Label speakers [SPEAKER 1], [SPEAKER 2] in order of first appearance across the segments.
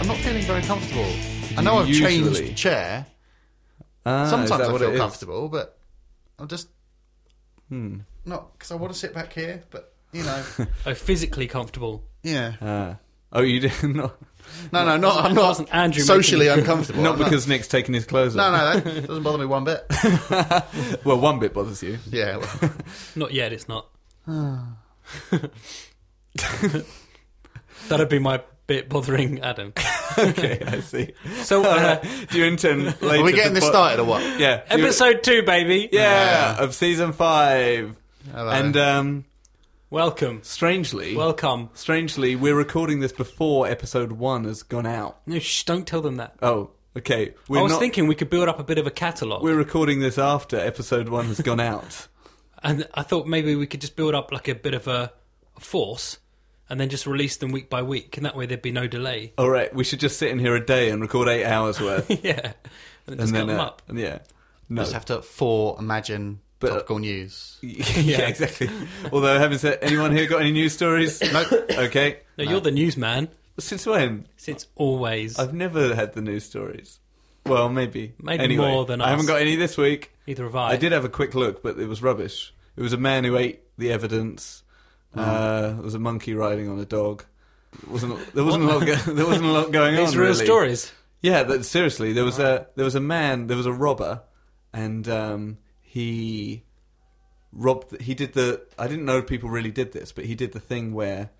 [SPEAKER 1] I'm not feeling very comfortable. I know I've
[SPEAKER 2] Usually.
[SPEAKER 1] changed chair.
[SPEAKER 2] Ah, is
[SPEAKER 1] Sometimes
[SPEAKER 2] that
[SPEAKER 1] I
[SPEAKER 2] what it
[SPEAKER 1] feel
[SPEAKER 2] is?
[SPEAKER 1] comfortable, but I'm just
[SPEAKER 2] Hmm.
[SPEAKER 1] not because I want to sit back here. But you know,
[SPEAKER 3] Oh, physically comfortable.
[SPEAKER 1] yeah,
[SPEAKER 2] Ah. oh, you did not
[SPEAKER 1] no, no, not I'm not
[SPEAKER 3] wasn't Andrew
[SPEAKER 1] socially
[SPEAKER 3] making
[SPEAKER 1] uncomfortable.
[SPEAKER 2] not
[SPEAKER 1] I'm
[SPEAKER 2] because Nick's taking his clothes
[SPEAKER 1] No,
[SPEAKER 2] off.
[SPEAKER 1] no, that doesn't bother me one bit.
[SPEAKER 2] Well, one bit bothers you.
[SPEAKER 1] Yeah, well,
[SPEAKER 3] Not yet, it's not.
[SPEAKER 2] Ah.
[SPEAKER 3] That'd be my bit bothering Adam.
[SPEAKER 2] okay, I see.
[SPEAKER 3] So, uh,
[SPEAKER 2] Do you intend? Later
[SPEAKER 1] are we getting
[SPEAKER 2] to
[SPEAKER 1] this
[SPEAKER 2] put-
[SPEAKER 1] started or what?
[SPEAKER 2] Yeah. do you-
[SPEAKER 3] episode two, baby.
[SPEAKER 2] Yeah, of season five.
[SPEAKER 1] Hello.
[SPEAKER 2] And um,
[SPEAKER 3] Welcome.
[SPEAKER 2] strangely,
[SPEAKER 3] Welcome.
[SPEAKER 2] strangely, we're recording this before episode one has gone out.
[SPEAKER 3] No, shh, don't tell them that.
[SPEAKER 2] Oh, okay. We're
[SPEAKER 3] I was
[SPEAKER 2] not-
[SPEAKER 3] thinking we could build up a bit of a catalogue.
[SPEAKER 2] We're recording this after episode one has gone out.
[SPEAKER 3] And I thought maybe we could just build up like a bit of a, a force and then just release them week by week. And that way there'd be no delay.
[SPEAKER 2] All right, we should just sit in here a day and record eight hours worth, and
[SPEAKER 3] yeah. And then just cut them
[SPEAKER 2] uh,
[SPEAKER 3] up.
[SPEAKER 2] yeah, no,
[SPEAKER 1] Just have to for imagine
[SPEAKER 2] But-
[SPEAKER 1] topical news.
[SPEAKER 2] yeah,
[SPEAKER 3] Yeah.
[SPEAKER 2] exactly. Although, having said, anyone here got any news stories?
[SPEAKER 1] No,
[SPEAKER 2] Okay.
[SPEAKER 3] No, you're the newsman
[SPEAKER 2] Since when?
[SPEAKER 3] since always.
[SPEAKER 2] I've never had the news stories. Well, maybe.
[SPEAKER 3] Maybe
[SPEAKER 2] Anyway,
[SPEAKER 3] more than
[SPEAKER 2] I haven't
[SPEAKER 3] us.
[SPEAKER 2] got any this week.
[SPEAKER 3] Neither have I.
[SPEAKER 2] I did have a quick look, but it was rubbish. It was a man who ate the evidence.
[SPEAKER 3] Mm.
[SPEAKER 2] Uh, it was a monkey riding on a dog. It wasn't there wasn't a lot go- there wasn't a lot going on.
[SPEAKER 3] These real
[SPEAKER 2] really.
[SPEAKER 3] stories.
[SPEAKER 2] Yeah, that, seriously, there was a there was a man, there was a robber, and um, he robbed. He did the. I didn't know people really did this, but he did the thing where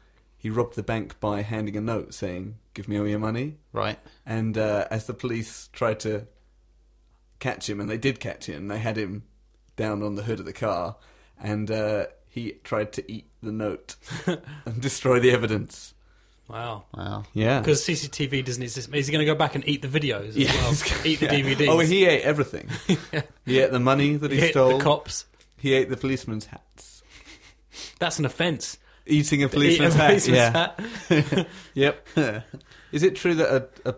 [SPEAKER 2] he robbed the bank by handing a note saying, "Give me all your money."
[SPEAKER 1] right.
[SPEAKER 2] And uh, as the police tried to catch him, and they did catch him, they had him down on the hood of the car, and uh, he tried to eat the note and destroy the evidence.
[SPEAKER 3] Wow.
[SPEAKER 1] Wow.
[SPEAKER 2] Yeah.
[SPEAKER 3] Because CCTV doesn't exist. Is he going to go back and eat the videos as
[SPEAKER 2] Yeah, he's
[SPEAKER 3] well? Eat the DVDs.
[SPEAKER 2] Oh, he ate everything. He ate the money that he,
[SPEAKER 3] hit
[SPEAKER 2] stole.
[SPEAKER 3] the cops.
[SPEAKER 2] He ate the policeman's hats.
[SPEAKER 3] That's an offence.
[SPEAKER 2] Eating a policeman's
[SPEAKER 3] Eat a
[SPEAKER 2] hat.
[SPEAKER 3] policeman's
[SPEAKER 2] yeah.
[SPEAKER 3] hat.
[SPEAKER 2] Yep. Is it true that a, a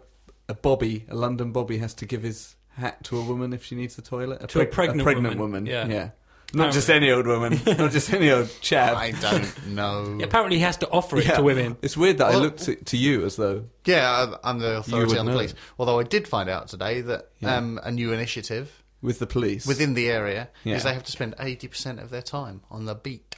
[SPEAKER 2] a bobby, a London bobby, has to give his hat to a woman if she needs the toilet?
[SPEAKER 3] To a pregnant
[SPEAKER 2] pregnant
[SPEAKER 3] woman,
[SPEAKER 2] woman.
[SPEAKER 3] yeah.
[SPEAKER 2] Not just any old woman. Not just any old
[SPEAKER 1] I
[SPEAKER 2] chap.
[SPEAKER 1] don't know.
[SPEAKER 3] Yeah, apparently, he has to offer it
[SPEAKER 2] Yeah.
[SPEAKER 3] to women.
[SPEAKER 2] It's weird that
[SPEAKER 1] Well-
[SPEAKER 2] I looked to, to you as though.
[SPEAKER 1] Yeah, I- I'm the authority
[SPEAKER 2] would
[SPEAKER 1] on the
[SPEAKER 2] know.
[SPEAKER 1] police. Although I did find out today that
[SPEAKER 2] Yeah.
[SPEAKER 1] um, a new initiative
[SPEAKER 2] With the police.
[SPEAKER 1] within the area
[SPEAKER 2] Yeah.
[SPEAKER 1] is they have to spend 80% of their time on the beat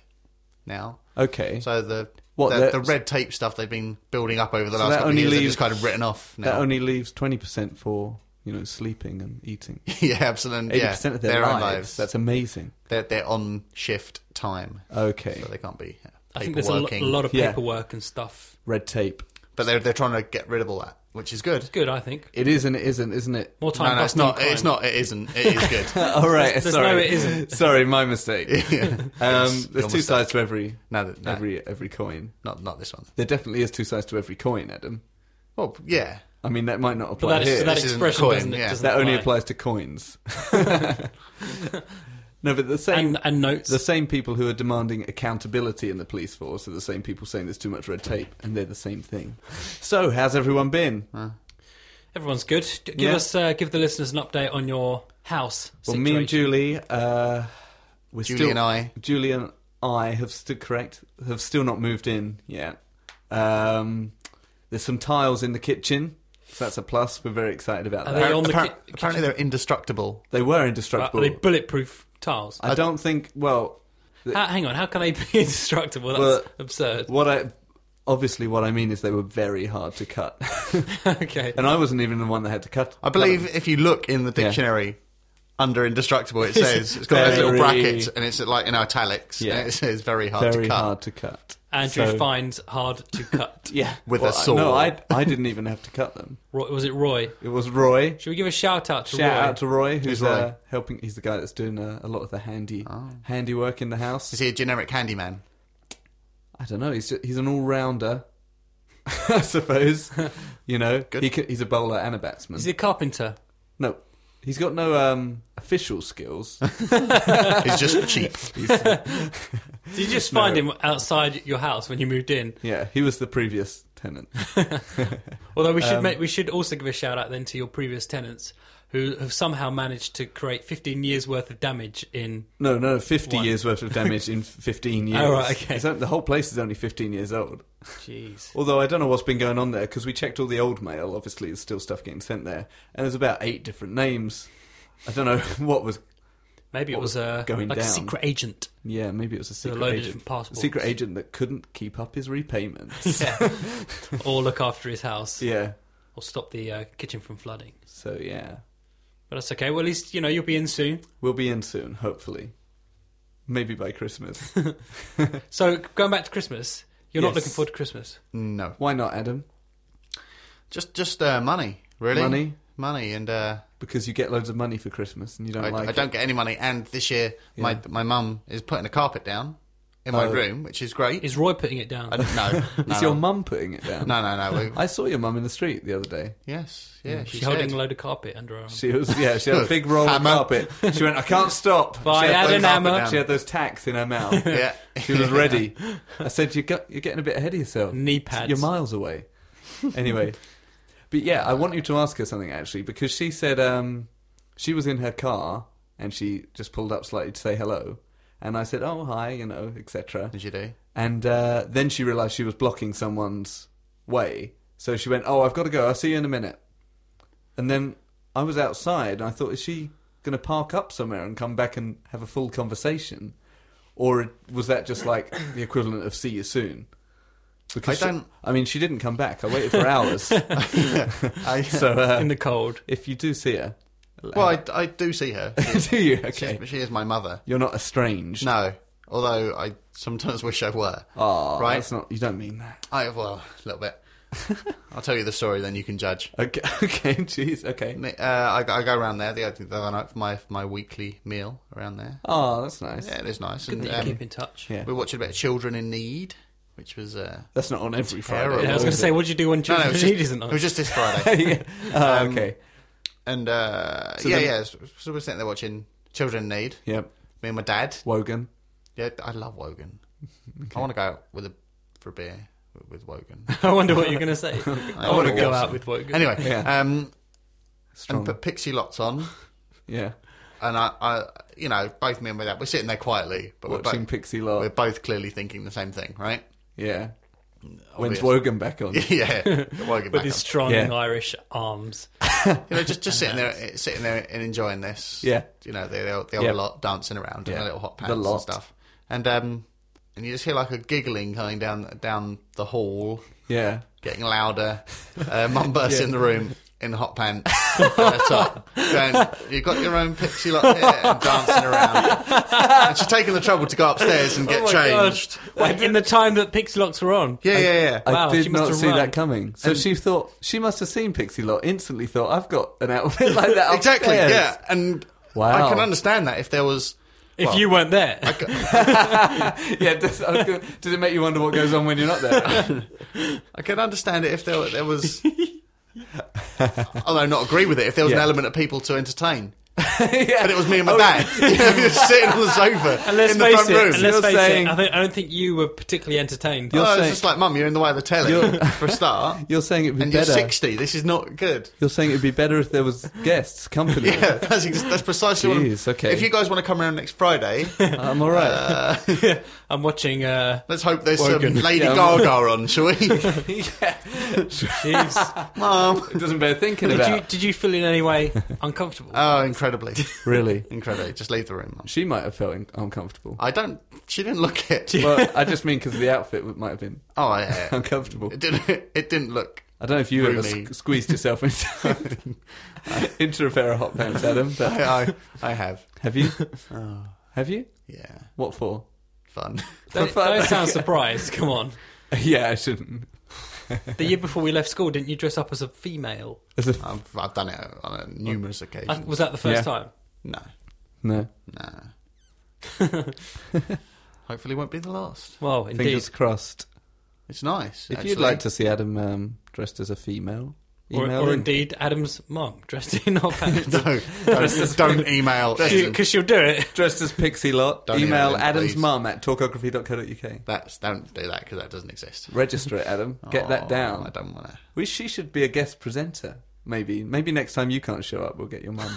[SPEAKER 1] now.
[SPEAKER 2] Okay.
[SPEAKER 1] So the
[SPEAKER 2] What,
[SPEAKER 1] the,
[SPEAKER 2] that-
[SPEAKER 1] the red tape stuff they've been building up over the
[SPEAKER 2] So
[SPEAKER 1] last
[SPEAKER 2] that
[SPEAKER 1] couple of
[SPEAKER 2] only
[SPEAKER 1] years they've
[SPEAKER 2] leaves-
[SPEAKER 1] just kind of written off now.
[SPEAKER 2] that only leaves 20% for, you know, sleeping and eating.
[SPEAKER 1] yeah, absolutely.
[SPEAKER 2] 80%
[SPEAKER 1] Yeah,
[SPEAKER 2] of their,
[SPEAKER 1] own
[SPEAKER 2] lives. That's amazing.
[SPEAKER 1] they're, they're on shift time,
[SPEAKER 2] Okay.
[SPEAKER 1] so they can't be. uh,
[SPEAKER 3] I think there's a, lo-
[SPEAKER 1] paperworking.
[SPEAKER 3] a lot of
[SPEAKER 2] Yeah.
[SPEAKER 3] paperwork and stuff.
[SPEAKER 2] Red tape.
[SPEAKER 1] but they're they're trying to get rid of all that, which is good.
[SPEAKER 3] Good, I think.
[SPEAKER 2] It is and it isn't, isn't it?
[SPEAKER 3] More
[SPEAKER 1] No,
[SPEAKER 3] time.
[SPEAKER 1] no, it's
[SPEAKER 3] busting
[SPEAKER 1] not.
[SPEAKER 3] crime.
[SPEAKER 1] It's not. It isn't. It is good.
[SPEAKER 2] All right.
[SPEAKER 3] There's- there's
[SPEAKER 2] sorry.
[SPEAKER 3] no it isn't.
[SPEAKER 2] Sorry, my mistake. um, there's two
[SPEAKER 1] mistake.
[SPEAKER 2] sides to every
[SPEAKER 1] No, th- no.
[SPEAKER 2] every every coin.
[SPEAKER 1] not not this one.
[SPEAKER 2] There definitely is two sides to every coin, Adam.
[SPEAKER 1] Well, yeah.
[SPEAKER 2] I mean, that might not
[SPEAKER 3] But
[SPEAKER 2] apply
[SPEAKER 3] that,
[SPEAKER 2] here.
[SPEAKER 3] is, that
[SPEAKER 1] This isn't
[SPEAKER 3] expression
[SPEAKER 1] coin,
[SPEAKER 3] doesn't, it,
[SPEAKER 1] yeah.
[SPEAKER 3] doesn't
[SPEAKER 2] that only
[SPEAKER 3] apply.
[SPEAKER 2] applies to coins. no, but the same
[SPEAKER 3] And, and notes.
[SPEAKER 2] the same people who are demanding accountability in the police force are the same people saying there's too much red tape, and they're the same thing. So, how's everyone been?
[SPEAKER 3] Everyone's good. D- Give
[SPEAKER 2] Yeah.
[SPEAKER 3] us, uh, give the listeners an update on your house.
[SPEAKER 2] Well,
[SPEAKER 3] situation.
[SPEAKER 2] me and Julie, uh, we're
[SPEAKER 1] Julie
[SPEAKER 2] still,
[SPEAKER 1] and I.
[SPEAKER 2] Julie and I have still correct have still not moved in yet. Um, there's some tiles in the kitchen, so that's a plus. We're very excited about
[SPEAKER 3] Are
[SPEAKER 2] that.
[SPEAKER 3] they on the
[SPEAKER 1] Appar-
[SPEAKER 3] ki-
[SPEAKER 1] apparently, they're indestructible.
[SPEAKER 2] They were
[SPEAKER 3] Right,
[SPEAKER 2] indestructible.
[SPEAKER 3] are they bulletproof tiles?
[SPEAKER 2] I don't think. Well,
[SPEAKER 3] How, hang on, how can they be indestructible? That's
[SPEAKER 2] Well-
[SPEAKER 3] absurd.
[SPEAKER 2] what I obviously what I mean is they were very hard to cut,
[SPEAKER 3] okay.
[SPEAKER 2] and I wasn't even the one that had to cut.
[SPEAKER 1] I believe if you look in the
[SPEAKER 2] Yeah.
[SPEAKER 1] dictionary under indestructible, it says it's got those little
[SPEAKER 2] Very-
[SPEAKER 1] brackets and it's like in italics.
[SPEAKER 2] Yeah.
[SPEAKER 1] And it says very hard
[SPEAKER 2] very
[SPEAKER 1] to cut.
[SPEAKER 2] hard to cut.
[SPEAKER 3] Andrew
[SPEAKER 2] So-
[SPEAKER 3] finds hard to cut.
[SPEAKER 2] Yeah,
[SPEAKER 1] With a
[SPEAKER 2] well, I- No,
[SPEAKER 1] saw.
[SPEAKER 2] I I didn't even have to cut them.
[SPEAKER 3] Roy, was it Roy?
[SPEAKER 2] It was Roy.
[SPEAKER 3] Should we give a shout out to
[SPEAKER 2] Shout
[SPEAKER 3] Roy? Oh.
[SPEAKER 2] out to Roy, who's,
[SPEAKER 1] Who's Roy?
[SPEAKER 2] Uh, helping. He's the guy that's doing uh, a lot of the handy handy work in the house.
[SPEAKER 1] Is he a generic handyman?
[SPEAKER 2] I don't know. He's ju- he's an all rounder, I suppose. you know,
[SPEAKER 1] Good.
[SPEAKER 2] he c he's a bowler and a batsman.
[SPEAKER 3] Is he a carpenter?
[SPEAKER 2] no, he's got no um, official skills.
[SPEAKER 1] He's just cheap.
[SPEAKER 3] Did you just find him outside your house when you moved in?
[SPEAKER 2] yeah, he was the previous tenant. Um,
[SPEAKER 3] Although we should make, we should also give a shout out then to your previous tenants who have somehow managed to create 15 years worth of damage in.
[SPEAKER 2] No, no, 50
[SPEAKER 3] One.
[SPEAKER 2] years worth of damage in 15 years.
[SPEAKER 3] Oh, right, okay.
[SPEAKER 2] It's only- the whole place is only 15 years old.
[SPEAKER 3] Jeez.
[SPEAKER 2] Although I don't know what's been going on there because we checked all the old mail. Obviously, there's still stuff getting sent there, and there's about eight different names. I don't know what was.
[SPEAKER 3] Maybe it
[SPEAKER 2] What
[SPEAKER 3] was,
[SPEAKER 2] was
[SPEAKER 3] a
[SPEAKER 2] going
[SPEAKER 3] like a
[SPEAKER 2] down?
[SPEAKER 3] secret agent.
[SPEAKER 2] Yeah, maybe it was a
[SPEAKER 3] There
[SPEAKER 2] secret
[SPEAKER 3] were a load of
[SPEAKER 2] agent.
[SPEAKER 3] different passports.
[SPEAKER 2] secret agent that couldn't keep up his repayments.
[SPEAKER 3] Yeah. or look after his house,
[SPEAKER 2] yeah.
[SPEAKER 3] or stop the uh, kitchen from flooding.
[SPEAKER 2] So yeah,
[SPEAKER 3] But that's okay. Well, at least you know you'll be in soon.
[SPEAKER 2] we'll be in soon, hopefully. Maybe by Christmas.
[SPEAKER 3] So going back to Christmas, you're not
[SPEAKER 2] Yes.
[SPEAKER 3] looking forward to Christmas.
[SPEAKER 1] No,
[SPEAKER 2] Why not, Adam?
[SPEAKER 1] just just uh, money, really.
[SPEAKER 2] Money
[SPEAKER 1] money, and uh,
[SPEAKER 2] because you get loads of money for Christmas and you don't
[SPEAKER 1] I,
[SPEAKER 2] like
[SPEAKER 1] I don't
[SPEAKER 2] it.
[SPEAKER 1] get any money. And this year, my
[SPEAKER 2] Yeah.
[SPEAKER 1] my mum is putting a carpet down in my
[SPEAKER 2] Oh.
[SPEAKER 1] room, which is great.
[SPEAKER 3] Is Roy putting it down?
[SPEAKER 1] I don't, no, no,
[SPEAKER 2] It's
[SPEAKER 1] no.
[SPEAKER 2] your mum putting it down.
[SPEAKER 1] No, no, no. we-
[SPEAKER 2] I saw your mum in the street the other day.
[SPEAKER 1] yes, yeah.
[SPEAKER 3] She's
[SPEAKER 1] said.
[SPEAKER 3] holding a load of carpet under her arm.
[SPEAKER 2] She was yeah. She had a big roll of
[SPEAKER 1] Hammer.
[SPEAKER 2] carpet. She went, I can't stop.
[SPEAKER 3] Bye,
[SPEAKER 2] she had
[SPEAKER 3] Adam
[SPEAKER 2] those-
[SPEAKER 1] Hammer.
[SPEAKER 2] She had those tacks in her mouth.
[SPEAKER 1] Yeah,
[SPEAKER 2] She was ready. I said, you're, got, "You're getting a bit ahead of yourself.
[SPEAKER 3] Knee pads.
[SPEAKER 2] You're miles away." Anyway, but yeah, I want you to ask her something actually because she said um, she was in her car and she just pulled up slightly to say hello, and I said, "Oh hi," you know, etc.
[SPEAKER 1] As you do.
[SPEAKER 2] And uh, then she realised she was blocking someone's way, so she went, "Oh, I've got to go. I'll see you in a minute." And then I was outside, and I thought, "Is she going to park up somewhere and come back and have a full conversation, or was that just like the equivalent of see you soon?" Because
[SPEAKER 1] I
[SPEAKER 2] she-
[SPEAKER 1] don't-
[SPEAKER 2] I mean, she didn't come back. I waited for hours.
[SPEAKER 1] I,
[SPEAKER 2] so uh,
[SPEAKER 3] in the cold.
[SPEAKER 2] if you do see her,
[SPEAKER 1] well, I, I do see her.
[SPEAKER 2] do you?
[SPEAKER 1] She's,
[SPEAKER 2] Okay,
[SPEAKER 1] she is my mother.
[SPEAKER 2] you're not estranged.
[SPEAKER 1] No, although I sometimes wish I were.
[SPEAKER 2] Aw,
[SPEAKER 1] Right.
[SPEAKER 2] Ah, That's not. You don't mean that.
[SPEAKER 1] I well, a little bit. I'll tell you the story, then you can judge.
[SPEAKER 2] Okay. Okay. Jeez. Okay.
[SPEAKER 1] Me- Uh, I, I go around there the other the other night for my for my weekly meal around there.
[SPEAKER 2] Oh, that's nice.
[SPEAKER 1] Yeah, it is nice.
[SPEAKER 3] Good
[SPEAKER 1] And,
[SPEAKER 3] that you
[SPEAKER 1] um,
[SPEAKER 3] keep in touch.
[SPEAKER 2] Yeah.
[SPEAKER 1] we watched a bit of Children in Need, which was uh,
[SPEAKER 2] That's not on every Friday.
[SPEAKER 1] Terrible.
[SPEAKER 3] Yeah, I was going to say, what do you do when
[SPEAKER 1] no, no,
[SPEAKER 3] children
[SPEAKER 1] it was,
[SPEAKER 3] need
[SPEAKER 1] just,
[SPEAKER 3] isn't
[SPEAKER 1] it
[SPEAKER 3] on?
[SPEAKER 1] was just this Friday.
[SPEAKER 2] yeah. Oh,
[SPEAKER 1] Um,
[SPEAKER 2] okay.
[SPEAKER 1] and uh,
[SPEAKER 2] So
[SPEAKER 1] yeah,
[SPEAKER 2] then-
[SPEAKER 1] yeah. So so we're sitting there watching Children in Need.
[SPEAKER 2] Yep.
[SPEAKER 1] Me and my dad.
[SPEAKER 2] Wogan.
[SPEAKER 1] Yeah, I love Wogan. I want to go out with a for a beer with, with Wogan.
[SPEAKER 3] I wonder what you're going to say. I want to
[SPEAKER 1] Oh,
[SPEAKER 3] go
[SPEAKER 1] awesome.
[SPEAKER 3] out with Wogan.
[SPEAKER 1] Anyway,
[SPEAKER 2] Yeah.
[SPEAKER 1] um, and
[SPEAKER 2] Strong.
[SPEAKER 1] put Pixie Lots on.
[SPEAKER 2] yeah.
[SPEAKER 1] and I, I, you know, both me and my dad, we're sitting there quietly, but we're,
[SPEAKER 2] Watching
[SPEAKER 1] both
[SPEAKER 2] Pixie
[SPEAKER 1] we're
[SPEAKER 2] Lot.
[SPEAKER 1] both clearly thinking the same thing, right?
[SPEAKER 2] Yeah. When's
[SPEAKER 1] Obvious.
[SPEAKER 2] Wogan back on?
[SPEAKER 1] yeah, we'll get
[SPEAKER 3] with
[SPEAKER 1] back
[SPEAKER 3] his
[SPEAKER 1] on.
[SPEAKER 3] strong
[SPEAKER 2] Yeah.
[SPEAKER 3] Irish arms.
[SPEAKER 1] you know, just just sitting there, eh, sitting there and enjoying this.
[SPEAKER 2] Yeah.
[SPEAKER 1] you know, the the, old- the old
[SPEAKER 2] Yeah.
[SPEAKER 1] lot dancing around in
[SPEAKER 2] Yeah.
[SPEAKER 1] their little hot
[SPEAKER 2] The
[SPEAKER 1] pants and
[SPEAKER 2] lot.
[SPEAKER 1] stuff, and um, and you just hear like a giggling going down down the hall,
[SPEAKER 2] Yeah.
[SPEAKER 1] getting louder. Uh, Mum bursts
[SPEAKER 2] Yeah.
[SPEAKER 1] in the room. In the hot pants, and a top, going, you've got your own pixie lot here and dancing around. and she's taking the trouble to go upstairs and get
[SPEAKER 3] Oh my
[SPEAKER 1] changed.
[SPEAKER 3] gosh. Like in the time that Pixlocks were on.
[SPEAKER 1] Yeah, yeah, yeah.
[SPEAKER 2] I
[SPEAKER 3] Wow, she
[SPEAKER 2] did
[SPEAKER 3] must
[SPEAKER 2] not
[SPEAKER 3] have
[SPEAKER 2] see
[SPEAKER 3] run.
[SPEAKER 2] that coming. So she thought she must have seen Pixie Lot. Instantly thought I've got an outfit like that.
[SPEAKER 1] exactly.
[SPEAKER 2] upstairs."
[SPEAKER 1] Yeah, and
[SPEAKER 2] Wow.
[SPEAKER 1] I can understand that if there was.
[SPEAKER 3] If
[SPEAKER 1] Well,
[SPEAKER 3] you weren't there,
[SPEAKER 2] yeah. Does, I was gonna, does it make you wonder what goes on when you're not there?
[SPEAKER 1] I can understand it if there there was. although not agree with it, if there was an
[SPEAKER 2] Yeah. Oh.
[SPEAKER 1] element of people to entertain,
[SPEAKER 2] yeah.
[SPEAKER 1] but it was me and my dad you know, just sitting on the sofa
[SPEAKER 3] and let's
[SPEAKER 1] in the
[SPEAKER 3] face
[SPEAKER 1] front
[SPEAKER 3] it,
[SPEAKER 1] room.
[SPEAKER 3] and let's
[SPEAKER 2] You're
[SPEAKER 3] face
[SPEAKER 2] saying-
[SPEAKER 3] it, I, think, I don't think you were particularly entertained.
[SPEAKER 1] No,
[SPEAKER 2] You're
[SPEAKER 1] Oh, it's
[SPEAKER 2] saying-
[SPEAKER 1] just like, Mum, you're in the way of the telly for a start,
[SPEAKER 2] You're saying it'd be
[SPEAKER 1] and you're
[SPEAKER 2] better.
[SPEAKER 1] 60. This is not good.
[SPEAKER 2] You're saying it'd be better if there was guests, company.
[SPEAKER 1] Yeah, that's, ex- that's precisely what. I'm-
[SPEAKER 2] Jeez, okay.
[SPEAKER 1] If you guys want to come around next Friday,
[SPEAKER 2] I'm all right.
[SPEAKER 1] uh,
[SPEAKER 3] I'm watching. Uh,
[SPEAKER 1] let's hope there's
[SPEAKER 3] Wogan.
[SPEAKER 1] some Lady
[SPEAKER 2] Yeah, I'm-
[SPEAKER 1] Gaga on, shall we?
[SPEAKER 2] yeah.
[SPEAKER 3] jeez.
[SPEAKER 1] Mum.
[SPEAKER 2] It doesn't bear thinking
[SPEAKER 3] did you
[SPEAKER 2] about.
[SPEAKER 3] did you feel in any way uncomfortable?
[SPEAKER 1] Oh, incredibly.
[SPEAKER 2] Really.
[SPEAKER 1] Incredibly. Just leave the room, Mum.
[SPEAKER 2] She might have felt in- uncomfortable.
[SPEAKER 1] I don't. She didn't look it.
[SPEAKER 2] well, I just mean because the outfit might have been
[SPEAKER 1] Oh, yeah.
[SPEAKER 2] uncomfortable.
[SPEAKER 1] it didn't. It didn't look.
[SPEAKER 2] I don't know if you ever
[SPEAKER 1] Roomy.
[SPEAKER 2] squ- squeezed yourself into, into a pair of hot pants, Adam. But
[SPEAKER 1] I, I, I have.
[SPEAKER 2] have you?
[SPEAKER 1] Oh,
[SPEAKER 2] Have you?
[SPEAKER 1] yeah.
[SPEAKER 2] What for?
[SPEAKER 1] Fun.
[SPEAKER 3] Don't,
[SPEAKER 2] fun,
[SPEAKER 3] don't sound
[SPEAKER 2] okay.
[SPEAKER 3] surprised. Come on.
[SPEAKER 2] yeah, I shouldn't.
[SPEAKER 3] The year before we left school, didn't you dress up as a female?
[SPEAKER 2] As if
[SPEAKER 1] I've, I've done it on a numerous
[SPEAKER 3] I,
[SPEAKER 1] occasions.
[SPEAKER 3] was that the first
[SPEAKER 2] Yeah.
[SPEAKER 3] time?
[SPEAKER 1] No,
[SPEAKER 2] no.
[SPEAKER 1] no. Hopefully, won't be the last.
[SPEAKER 3] Well, indeed.
[SPEAKER 2] Fingers crossed.
[SPEAKER 1] It's nice.
[SPEAKER 2] If you'd
[SPEAKER 1] actually.
[SPEAKER 2] like to see Adam um, dressed as a female,
[SPEAKER 3] or,
[SPEAKER 2] email
[SPEAKER 3] or
[SPEAKER 2] in.
[SPEAKER 3] indeed, Adam's mum dressed in hot pants.
[SPEAKER 1] no, don't, don't email. in.
[SPEAKER 3] Because she'll do it.
[SPEAKER 2] dressed as Pixie Lot.
[SPEAKER 1] Don't
[SPEAKER 2] email
[SPEAKER 1] email in,
[SPEAKER 2] Adam's
[SPEAKER 1] please.
[SPEAKER 2] mum at talkography.co.uk.
[SPEAKER 1] That's don't do that because that doesn't exist.
[SPEAKER 2] Register it, Adam. Get that
[SPEAKER 1] Oh, I
[SPEAKER 2] down.
[SPEAKER 1] don't want to.
[SPEAKER 2] We, she should be a guest presenter. Maybe, maybe next time you can't show up, we'll get your mum.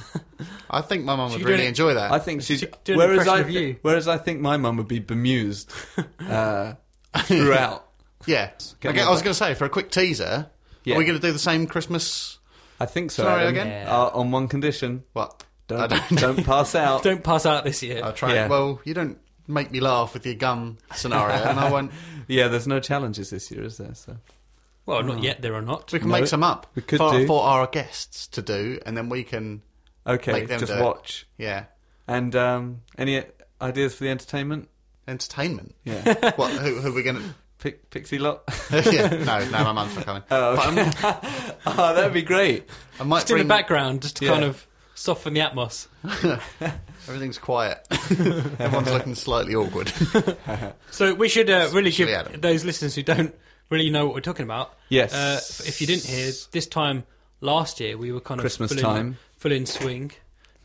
[SPEAKER 1] I think my mum
[SPEAKER 3] Should
[SPEAKER 1] would
[SPEAKER 3] we do
[SPEAKER 1] really
[SPEAKER 3] it-
[SPEAKER 1] enjoy that.
[SPEAKER 2] I think she's.
[SPEAKER 3] She did an
[SPEAKER 2] whereas I,
[SPEAKER 3] impression of
[SPEAKER 2] thi-
[SPEAKER 3] you.
[SPEAKER 2] whereas I think my mum would be bemused uh, throughout.
[SPEAKER 1] yeah.
[SPEAKER 2] Get
[SPEAKER 1] Okay,
[SPEAKER 2] my
[SPEAKER 1] I was
[SPEAKER 2] back.
[SPEAKER 1] going to say, for a quick teaser,
[SPEAKER 2] Yeah.
[SPEAKER 1] are we going to do the same Christmas?
[SPEAKER 2] I think so.
[SPEAKER 1] Sorry,
[SPEAKER 2] Adam.
[SPEAKER 1] again?
[SPEAKER 3] Yeah.
[SPEAKER 2] Uh, on one condition,
[SPEAKER 1] What? I
[SPEAKER 2] don't
[SPEAKER 1] don't-
[SPEAKER 2] don't pass out.
[SPEAKER 3] Don't pass out this year.
[SPEAKER 1] I try.
[SPEAKER 2] Yeah.
[SPEAKER 1] Well, you don't make me laugh with your gum scenario, and I won't.
[SPEAKER 2] Yeah, there's no challenges this year, is there? So
[SPEAKER 3] well, not
[SPEAKER 2] Mm.
[SPEAKER 3] yet. There are not.
[SPEAKER 1] We can
[SPEAKER 2] No,
[SPEAKER 1] make some up
[SPEAKER 2] we could
[SPEAKER 1] for,
[SPEAKER 2] do.
[SPEAKER 1] for our guests to do, and then we can.
[SPEAKER 2] okay,
[SPEAKER 1] Make them
[SPEAKER 2] just
[SPEAKER 1] do it.
[SPEAKER 2] watch.
[SPEAKER 1] Yeah,
[SPEAKER 2] And um, any ideas for the entertainment?
[SPEAKER 1] entertainment.
[SPEAKER 2] Yeah,
[SPEAKER 1] what? Who, who are we going to?
[SPEAKER 2] Pic- Pixie Lot.
[SPEAKER 1] yeah, no, no, my mum's not coming.
[SPEAKER 2] Oh,
[SPEAKER 1] But I'm-
[SPEAKER 2] oh, that'd be great.
[SPEAKER 1] I might
[SPEAKER 3] Just
[SPEAKER 1] bring
[SPEAKER 3] in the background, just to
[SPEAKER 2] Yeah.
[SPEAKER 3] kind of soften the atmos.
[SPEAKER 1] Everything's quiet. Everyone's looking slightly awkward.
[SPEAKER 3] So we should uh, really give
[SPEAKER 1] Especially Adam.
[SPEAKER 3] those listeners who don't really know what we're talking about.
[SPEAKER 2] Yes.
[SPEAKER 3] Uh, if you didn't hear this time last year, we were kind of
[SPEAKER 2] Christmas
[SPEAKER 3] full in,
[SPEAKER 2] time.
[SPEAKER 3] full in swing,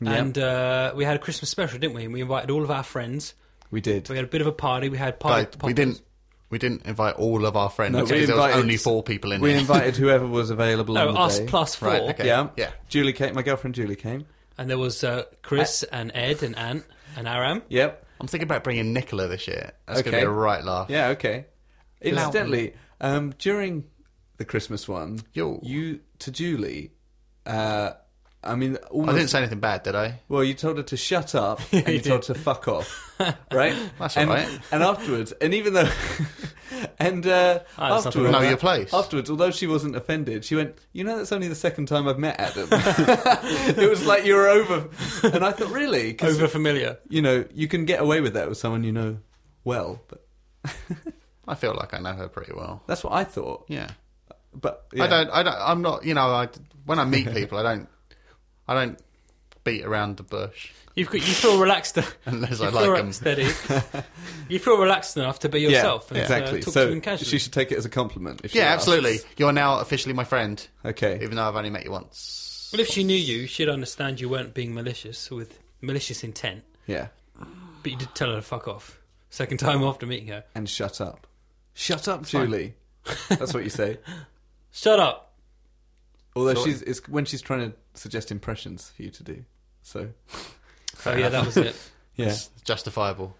[SPEAKER 2] Yeah.
[SPEAKER 3] and uh, we had a Christmas special, didn't we? And we invited all of our friends.
[SPEAKER 2] We did.
[SPEAKER 3] We had a bit of a party. We had party.
[SPEAKER 1] But we didn't. We didn't invite all of our friends
[SPEAKER 2] No, we
[SPEAKER 1] because there was
[SPEAKER 2] invited-
[SPEAKER 1] only four people in
[SPEAKER 2] We
[SPEAKER 1] here.
[SPEAKER 2] invited whoever was available
[SPEAKER 3] No,
[SPEAKER 2] on the
[SPEAKER 3] us
[SPEAKER 2] day.
[SPEAKER 3] plus four,
[SPEAKER 1] Right, okay.
[SPEAKER 2] Yeah.
[SPEAKER 1] Yeah.
[SPEAKER 2] Julie came. My girlfriend Julie came.
[SPEAKER 3] and there was uh, Chris and Ed and Ant and Aram.
[SPEAKER 2] Yep.
[SPEAKER 1] I'm thinking about bringing Nicola this year. That's going
[SPEAKER 2] Okay.
[SPEAKER 1] to be a right laugh.
[SPEAKER 2] Yeah. Okay. Incidentally, um, during the Christmas one,
[SPEAKER 1] Yo.
[SPEAKER 2] you to Julie. Uh, I mean, almost,
[SPEAKER 1] I didn't say anything bad, did I?
[SPEAKER 2] Well, you told her to shut up and you,
[SPEAKER 3] you
[SPEAKER 2] told her to fuck off, right?
[SPEAKER 1] That's
[SPEAKER 2] and,
[SPEAKER 1] all right.
[SPEAKER 2] And afterwards, and even though, and uh,
[SPEAKER 3] Ah, there's nothing
[SPEAKER 2] afterwards,
[SPEAKER 3] wrong
[SPEAKER 1] Know your place.
[SPEAKER 2] Afterwards, although she wasn't offended, she went, "You know, that's only the second time I've met Adam." it was like you were over, and I thought, really, 'Cause,
[SPEAKER 3] Over familiar.
[SPEAKER 2] you know, you can get away with that with someone you know well. But
[SPEAKER 1] I feel like I know her pretty well.
[SPEAKER 2] that's what I thought.
[SPEAKER 1] Yeah.
[SPEAKER 2] But yeah.
[SPEAKER 1] I don't. I don't. I'm not. You know. I when I meet people, I don't. I don't beat around the bush
[SPEAKER 3] You've got, you feel relaxed.
[SPEAKER 1] unless
[SPEAKER 3] you
[SPEAKER 1] I
[SPEAKER 3] feel
[SPEAKER 1] like
[SPEAKER 3] re-
[SPEAKER 1] them.
[SPEAKER 3] steady. you feel relaxed enough to be
[SPEAKER 2] Yeah,
[SPEAKER 3] yourself. and, uh,
[SPEAKER 2] exactly.
[SPEAKER 3] talk to
[SPEAKER 2] so
[SPEAKER 3] them casually.
[SPEAKER 2] she should take it as a compliment. If she
[SPEAKER 1] Yeah,
[SPEAKER 2] asks.
[SPEAKER 1] absolutely. You're now officially my friend,
[SPEAKER 2] Okay.
[SPEAKER 1] even though I've only met you once.
[SPEAKER 3] Well, if she knew you, she'd understand you weren't being malicious with malicious intent,
[SPEAKER 2] Yeah,
[SPEAKER 3] but you did tell her to fuck off. Second time after meeting her.
[SPEAKER 2] and shut up. Shut up, Julie. That's what you say.
[SPEAKER 3] Shut up.
[SPEAKER 2] Although
[SPEAKER 1] So-
[SPEAKER 2] she's it's when she's trying to suggest impressions for you to do. So
[SPEAKER 3] Oh, yeah, that was it.
[SPEAKER 2] yeah,
[SPEAKER 1] It's justifiable.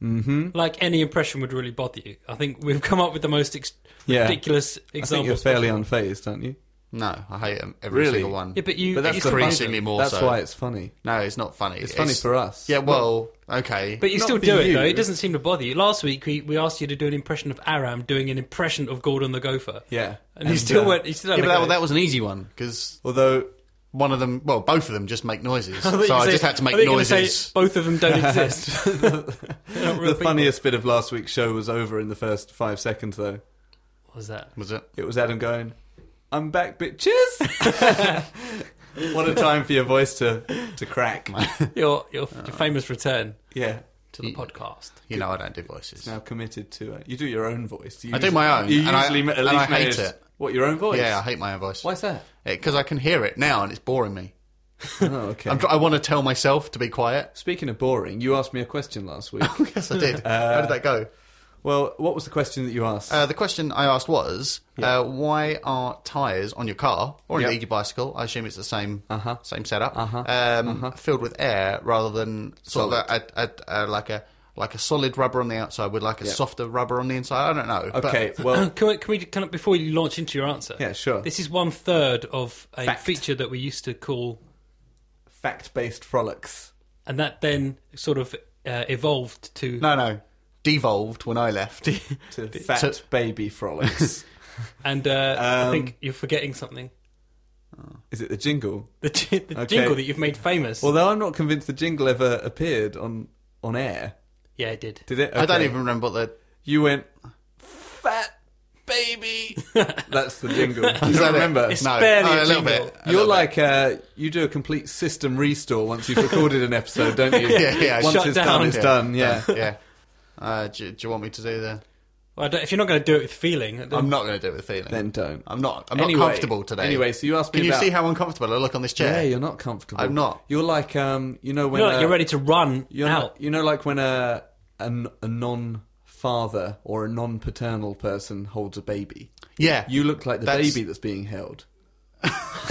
[SPEAKER 2] mm-hmm.
[SPEAKER 3] Like any impression would really bother you. I think we've come up with the most ex-
[SPEAKER 2] Yeah.
[SPEAKER 3] ridiculous
[SPEAKER 2] I think
[SPEAKER 3] example.
[SPEAKER 2] you're fairly unfazed, aren't you?
[SPEAKER 1] No, I hate 'em, every
[SPEAKER 2] Really?
[SPEAKER 1] single one.
[SPEAKER 3] Yeah, but you.
[SPEAKER 2] But that's
[SPEAKER 3] you
[SPEAKER 2] the
[SPEAKER 3] still-
[SPEAKER 1] increasingly more
[SPEAKER 2] That's
[SPEAKER 1] so.
[SPEAKER 2] why it's funny.
[SPEAKER 1] no, it's not funny.
[SPEAKER 2] It's, funny for us.
[SPEAKER 1] Yeah, well, okay.
[SPEAKER 3] But you
[SPEAKER 2] Not
[SPEAKER 3] still
[SPEAKER 2] for
[SPEAKER 3] do it
[SPEAKER 2] you.
[SPEAKER 3] though. It doesn't seem to bother you. Last week we, we asked you to do an impression of Aram doing an impression of Gordon the Gopher,
[SPEAKER 2] yeah.
[SPEAKER 3] and, you still
[SPEAKER 2] uh,
[SPEAKER 3] went. You still
[SPEAKER 1] yeah,
[SPEAKER 3] had
[SPEAKER 1] but
[SPEAKER 3] a go.
[SPEAKER 1] that, that was an easy one because
[SPEAKER 2] Although
[SPEAKER 1] one of them, well, both of them just make noises.
[SPEAKER 3] I thought you
[SPEAKER 1] so I
[SPEAKER 3] said-
[SPEAKER 1] just had to make
[SPEAKER 3] I thought you were gonna say
[SPEAKER 1] noises.
[SPEAKER 3] both of them don't exist. They're not real
[SPEAKER 2] the
[SPEAKER 3] people.
[SPEAKER 2] funniest bit of last week's show was over in the first five seconds, though.
[SPEAKER 3] What was that?
[SPEAKER 1] Was it?
[SPEAKER 2] It was Adam going, "I'm back, bitches." what a time for your voice to to crack.
[SPEAKER 3] Your your, your famous return
[SPEAKER 2] Yeah.
[SPEAKER 3] to the
[SPEAKER 1] Yeah.
[SPEAKER 3] podcast.
[SPEAKER 1] You know, I don't do voices.
[SPEAKER 2] Now committed to it. You do your own voice. You
[SPEAKER 1] I do
[SPEAKER 2] usually-
[SPEAKER 1] my own,
[SPEAKER 2] You
[SPEAKER 1] and I-
[SPEAKER 2] usually ma- at
[SPEAKER 1] and
[SPEAKER 2] least
[SPEAKER 1] I hate
[SPEAKER 2] manage-
[SPEAKER 1] it.
[SPEAKER 2] What your own voice?
[SPEAKER 1] Yeah, I hate my own voice
[SPEAKER 2] Why's that?
[SPEAKER 1] because I can hear it now and it's boring me.
[SPEAKER 2] Oh, okay.
[SPEAKER 1] I'm tr- I want to tell myself to be quiet.
[SPEAKER 2] Speaking of boring, you asked me a question last week.
[SPEAKER 1] yes, I did.
[SPEAKER 3] Uh,
[SPEAKER 1] How did that go?
[SPEAKER 2] well, what was the question that you asked?
[SPEAKER 1] Uh, the question I asked was, uh, why are tyres on your car or on
[SPEAKER 2] Yep.
[SPEAKER 1] your e bicycle? I assume it's the same
[SPEAKER 2] Uh-huh.
[SPEAKER 1] same setup,
[SPEAKER 2] Uh-huh.
[SPEAKER 1] Um, filled with air rather than sort of a, a, a, a, like a like a solid rubber on the outside with like a softer rubber on the inside. I don't know. but-
[SPEAKER 2] okay, well,
[SPEAKER 3] Can we, can we can I- before you launch into your answer?
[SPEAKER 2] yeah, sure.
[SPEAKER 3] This is one third of a
[SPEAKER 2] Fact.
[SPEAKER 3] feature that we used to call,
[SPEAKER 2] Fact-based frolics.
[SPEAKER 3] and that then sort of uh, evolved to
[SPEAKER 1] no, no, devolved when I left.
[SPEAKER 2] To fat baby frolics.
[SPEAKER 3] and uh, I
[SPEAKER 2] Um,
[SPEAKER 3] think you're forgetting something.
[SPEAKER 2] is it the jingle?
[SPEAKER 3] The, j- the
[SPEAKER 2] Okay.
[SPEAKER 3] jingle that you've made famous.
[SPEAKER 2] Although I'm not convinced the jingle ever appeared on on air.
[SPEAKER 3] yeah, it did.
[SPEAKER 2] Did it?
[SPEAKER 1] I don't
[SPEAKER 2] Okay.
[SPEAKER 1] even remember what the.
[SPEAKER 2] You went fat baby. That's the jingle. You
[SPEAKER 1] Is that
[SPEAKER 2] don't
[SPEAKER 1] it?
[SPEAKER 2] remember?
[SPEAKER 3] It's
[SPEAKER 1] no,
[SPEAKER 3] barely
[SPEAKER 1] no,
[SPEAKER 3] a
[SPEAKER 1] a little
[SPEAKER 3] jingle.
[SPEAKER 1] bit. a
[SPEAKER 2] You're
[SPEAKER 1] little bit.
[SPEAKER 2] like uh, you do a complete system restore once you've recorded an episode, don't you?
[SPEAKER 1] Yeah, yeah,
[SPEAKER 2] Once
[SPEAKER 3] shut
[SPEAKER 2] it's
[SPEAKER 3] down.
[SPEAKER 2] done, it's done. Yeah.
[SPEAKER 1] yeah. Uh, do, do you want me to do the?
[SPEAKER 3] Well, I don't, if you're not going to do it with feeling, then-
[SPEAKER 1] I'm not going to do it with feeling.
[SPEAKER 2] Then don't.
[SPEAKER 1] I'm not. I'm not
[SPEAKER 2] Anyway-
[SPEAKER 1] comfortable today.
[SPEAKER 2] Anyway, so you asked me
[SPEAKER 1] can you
[SPEAKER 2] about.
[SPEAKER 1] see how uncomfortable I look on this
[SPEAKER 2] yeah,
[SPEAKER 1] chair?
[SPEAKER 2] you're not comfortable.
[SPEAKER 1] I'm not.
[SPEAKER 2] You're like um, you know when
[SPEAKER 3] you're, like,
[SPEAKER 2] uh,
[SPEAKER 3] you're ready to run
[SPEAKER 2] You're
[SPEAKER 3] out.
[SPEAKER 2] not- you know, like when a a, a non father or a non paternal person holds a baby.
[SPEAKER 1] yeah.
[SPEAKER 2] You look like the
[SPEAKER 1] That's-
[SPEAKER 2] baby that's being held.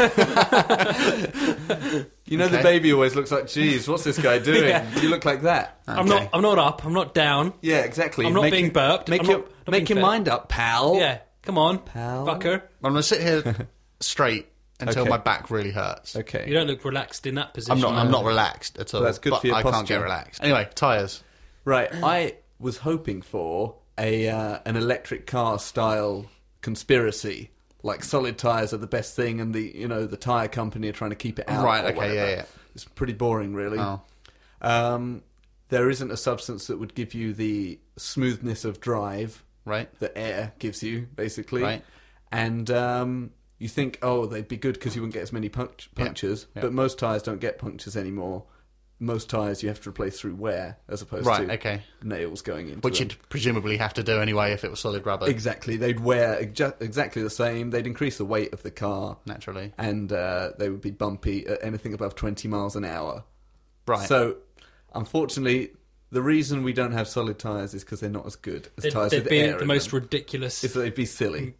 [SPEAKER 2] You know, the
[SPEAKER 1] Okay.
[SPEAKER 2] baby always looks like, "Geez, what's this guy doing?"
[SPEAKER 3] Yeah.
[SPEAKER 2] You look like that.
[SPEAKER 1] Uh,
[SPEAKER 3] I'm not. I'm not up. I'm not down.
[SPEAKER 2] Yeah, exactly.
[SPEAKER 3] I'm not
[SPEAKER 2] Make
[SPEAKER 3] being
[SPEAKER 2] your-
[SPEAKER 3] burped.
[SPEAKER 2] Make
[SPEAKER 3] I'm
[SPEAKER 2] your
[SPEAKER 3] not- not
[SPEAKER 2] make
[SPEAKER 3] being
[SPEAKER 2] your
[SPEAKER 3] fed.
[SPEAKER 2] mind up, pal.
[SPEAKER 3] Yeah, come on,
[SPEAKER 2] Oh. Pal.
[SPEAKER 3] fucker.
[SPEAKER 1] I'm going to sit here straight until
[SPEAKER 2] Okay.
[SPEAKER 1] my back really hurts.
[SPEAKER 2] Okay. uh,
[SPEAKER 3] You don't look relaxed in that position.
[SPEAKER 1] I'm not. I'm not relaxed at all.
[SPEAKER 2] That's good
[SPEAKER 1] but
[SPEAKER 2] for your
[SPEAKER 1] I can't
[SPEAKER 2] posture.
[SPEAKER 1] get relaxed. Anyway, tires.
[SPEAKER 2] Right. I was hoping for a uh, an electric car style conspiracy, like solid tires are the best thing, and the you know the tire company are trying to keep it out.
[SPEAKER 1] Right,
[SPEAKER 2] or
[SPEAKER 1] okay, yeah,
[SPEAKER 2] whatever.
[SPEAKER 1] yeah.
[SPEAKER 2] It's pretty boring, really.
[SPEAKER 1] Oh.
[SPEAKER 2] Um, there isn't a substance that would give you the smoothness of drive
[SPEAKER 1] Right.
[SPEAKER 2] that air gives you, basically.
[SPEAKER 1] Right.
[SPEAKER 2] And um, you think, oh, they'd be good because you wouldn't get as many punct- punctures.
[SPEAKER 1] yeah.
[SPEAKER 2] But most tyres don't get punctures anymore. Most tyres you have to replace through wear as opposed
[SPEAKER 1] Right,
[SPEAKER 2] to
[SPEAKER 1] okay.
[SPEAKER 2] nails going into
[SPEAKER 1] Which
[SPEAKER 2] them.
[SPEAKER 1] you'd presumably have to do anyway if it was solid rubber.
[SPEAKER 2] Exactly. They'd wear exa- exactly the same. They'd increase the weight of the car.
[SPEAKER 1] Naturally.
[SPEAKER 2] And uh, they would be bumpy at anything above 20 miles an hour.
[SPEAKER 1] Right.
[SPEAKER 2] So, unfortunately, the reason we don't have solid tyres is because they're not as good as
[SPEAKER 3] They'd,
[SPEAKER 2] tyres
[SPEAKER 3] they'd
[SPEAKER 2] with
[SPEAKER 3] be
[SPEAKER 2] air
[SPEAKER 3] the
[SPEAKER 2] in
[SPEAKER 3] most
[SPEAKER 2] them.
[SPEAKER 3] ridiculous
[SPEAKER 2] If they'd be silly.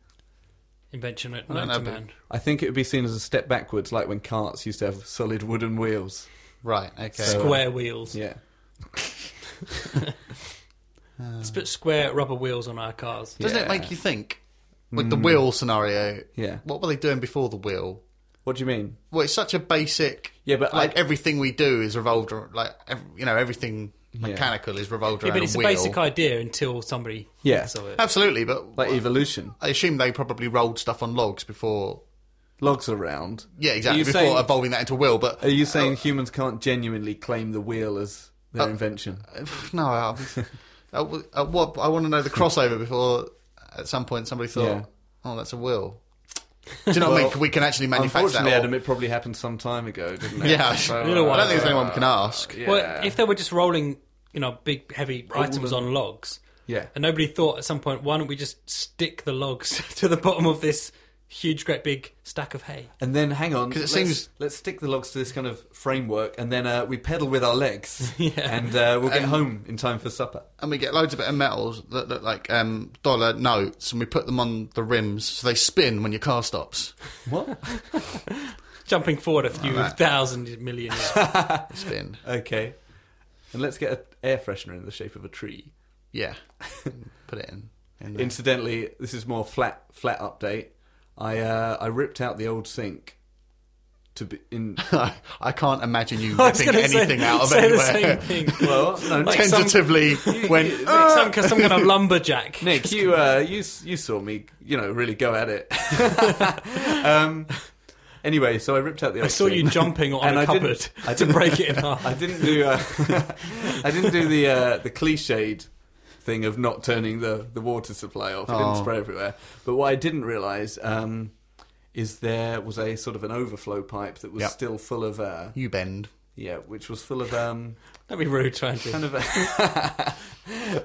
[SPEAKER 3] invention known
[SPEAKER 1] don't
[SPEAKER 3] to
[SPEAKER 1] know, but-
[SPEAKER 3] man.
[SPEAKER 2] I think it would be seen as a step backwards, like when carts used to have solid wooden wheels.
[SPEAKER 1] Right. Okay.
[SPEAKER 2] So-
[SPEAKER 3] Square wheels.
[SPEAKER 2] Yeah.
[SPEAKER 3] Let's put square rubber wheels on our cars.
[SPEAKER 1] Doesn't
[SPEAKER 2] Yeah.
[SPEAKER 1] it make you think with the wheel scenario?
[SPEAKER 2] Yeah.
[SPEAKER 1] What were they doing before the wheel?
[SPEAKER 2] What do you mean?
[SPEAKER 1] Well, it's such a basic.
[SPEAKER 2] Yeah, but
[SPEAKER 1] like
[SPEAKER 2] I-
[SPEAKER 1] everything we do is revolved. ar- Like ev you know, everything mechanical is revolved
[SPEAKER 3] Yeah,
[SPEAKER 1] around
[SPEAKER 3] but it's
[SPEAKER 1] a
[SPEAKER 3] a
[SPEAKER 1] wheel.
[SPEAKER 3] basic idea until somebody
[SPEAKER 2] Yeah.
[SPEAKER 3] thinks of it.
[SPEAKER 1] Absolutely, but
[SPEAKER 2] Like evolution.
[SPEAKER 1] I assume they probably rolled stuff on logs before.
[SPEAKER 2] Logs are round.
[SPEAKER 1] Yeah,
[SPEAKER 2] Are
[SPEAKER 1] exactly.
[SPEAKER 2] you
[SPEAKER 1] Before
[SPEAKER 2] saying-
[SPEAKER 1] evolving that into wheel, but
[SPEAKER 2] Are you saying humans can't genuinely claim the wheel as their
[SPEAKER 1] Uh,
[SPEAKER 2] invention?
[SPEAKER 1] no. I, I, I, what I want to know the crossover before at some point somebody thought,
[SPEAKER 2] Yeah.
[SPEAKER 1] "Oh, that's a wheel." Do you know what I mean?
[SPEAKER 2] Well,
[SPEAKER 1] We can actually manufacture that.
[SPEAKER 2] Unfortunately,
[SPEAKER 1] or-
[SPEAKER 2] Adam, it probably happened some time ago, didn't it?
[SPEAKER 1] yeah,
[SPEAKER 2] So,
[SPEAKER 1] I
[SPEAKER 2] uh,
[SPEAKER 3] Little while
[SPEAKER 1] don't think there's
[SPEAKER 3] ago.
[SPEAKER 1] anyone we can ask.
[SPEAKER 3] Well, if they were just rolling, you know, big heavy items
[SPEAKER 2] wouldn't-
[SPEAKER 3] on logs,
[SPEAKER 2] Yeah.
[SPEAKER 3] and nobody thought at some point, why don't we just stick the logs to the bottom of this huge, great big stack of hay?
[SPEAKER 2] And then hang on,
[SPEAKER 1] 'Cause it
[SPEAKER 2] let's,
[SPEAKER 1] seems-
[SPEAKER 2] let's stick the logs to this kind of framework, and then uh, we pedal with our legs,
[SPEAKER 3] Yeah.
[SPEAKER 2] and uh, we'll get
[SPEAKER 1] And-
[SPEAKER 2] home in time for supper.
[SPEAKER 1] and we get loads of bit of metals that look like um, dollar notes, and we put them on the rims so they spin when your car stops.
[SPEAKER 2] What?
[SPEAKER 3] Jumping forward a few
[SPEAKER 1] Alright.
[SPEAKER 3] thousand million years.
[SPEAKER 1] They spin,
[SPEAKER 2] okay. And let's get an air freshener in the shape of a tree.
[SPEAKER 1] yeah. put it in. in there.
[SPEAKER 2] Incidentally, this is more flat flat update. I uh, I ripped out the old sink to be in.
[SPEAKER 1] I can't imagine you
[SPEAKER 3] I was
[SPEAKER 1] ripping
[SPEAKER 3] gonna say-
[SPEAKER 1] anything out of
[SPEAKER 3] say
[SPEAKER 1] anywhere.
[SPEAKER 3] the same thing.
[SPEAKER 2] Well, no,
[SPEAKER 3] Like
[SPEAKER 2] Nick,
[SPEAKER 3] some-
[SPEAKER 1] Tentatively, when
[SPEAKER 3] Like some, some kind of lumberjack.
[SPEAKER 2] Nick, you uh, you s- you saw me, you know, really go at it. um, anyway, so I ripped out the. Old
[SPEAKER 3] I saw you
[SPEAKER 2] sink.
[SPEAKER 3] jumping on
[SPEAKER 2] And
[SPEAKER 3] a
[SPEAKER 2] I didn't-
[SPEAKER 3] cupboard
[SPEAKER 2] I
[SPEAKER 3] to
[SPEAKER 2] didn't-
[SPEAKER 3] break it in half.
[SPEAKER 2] I didn't do uh, I didn't do the uh, the cliched thing of not turning the, the water supply off. I didn't
[SPEAKER 1] Oh.
[SPEAKER 2] spray everywhere. But what I didn't realise um, is there was a sort of an overflow pipe that was
[SPEAKER 1] Yep.
[SPEAKER 2] still full of uh,
[SPEAKER 1] you bend.
[SPEAKER 2] yeah, which was full of um,
[SPEAKER 3] Don't be rude, Andrew.
[SPEAKER 2] kind of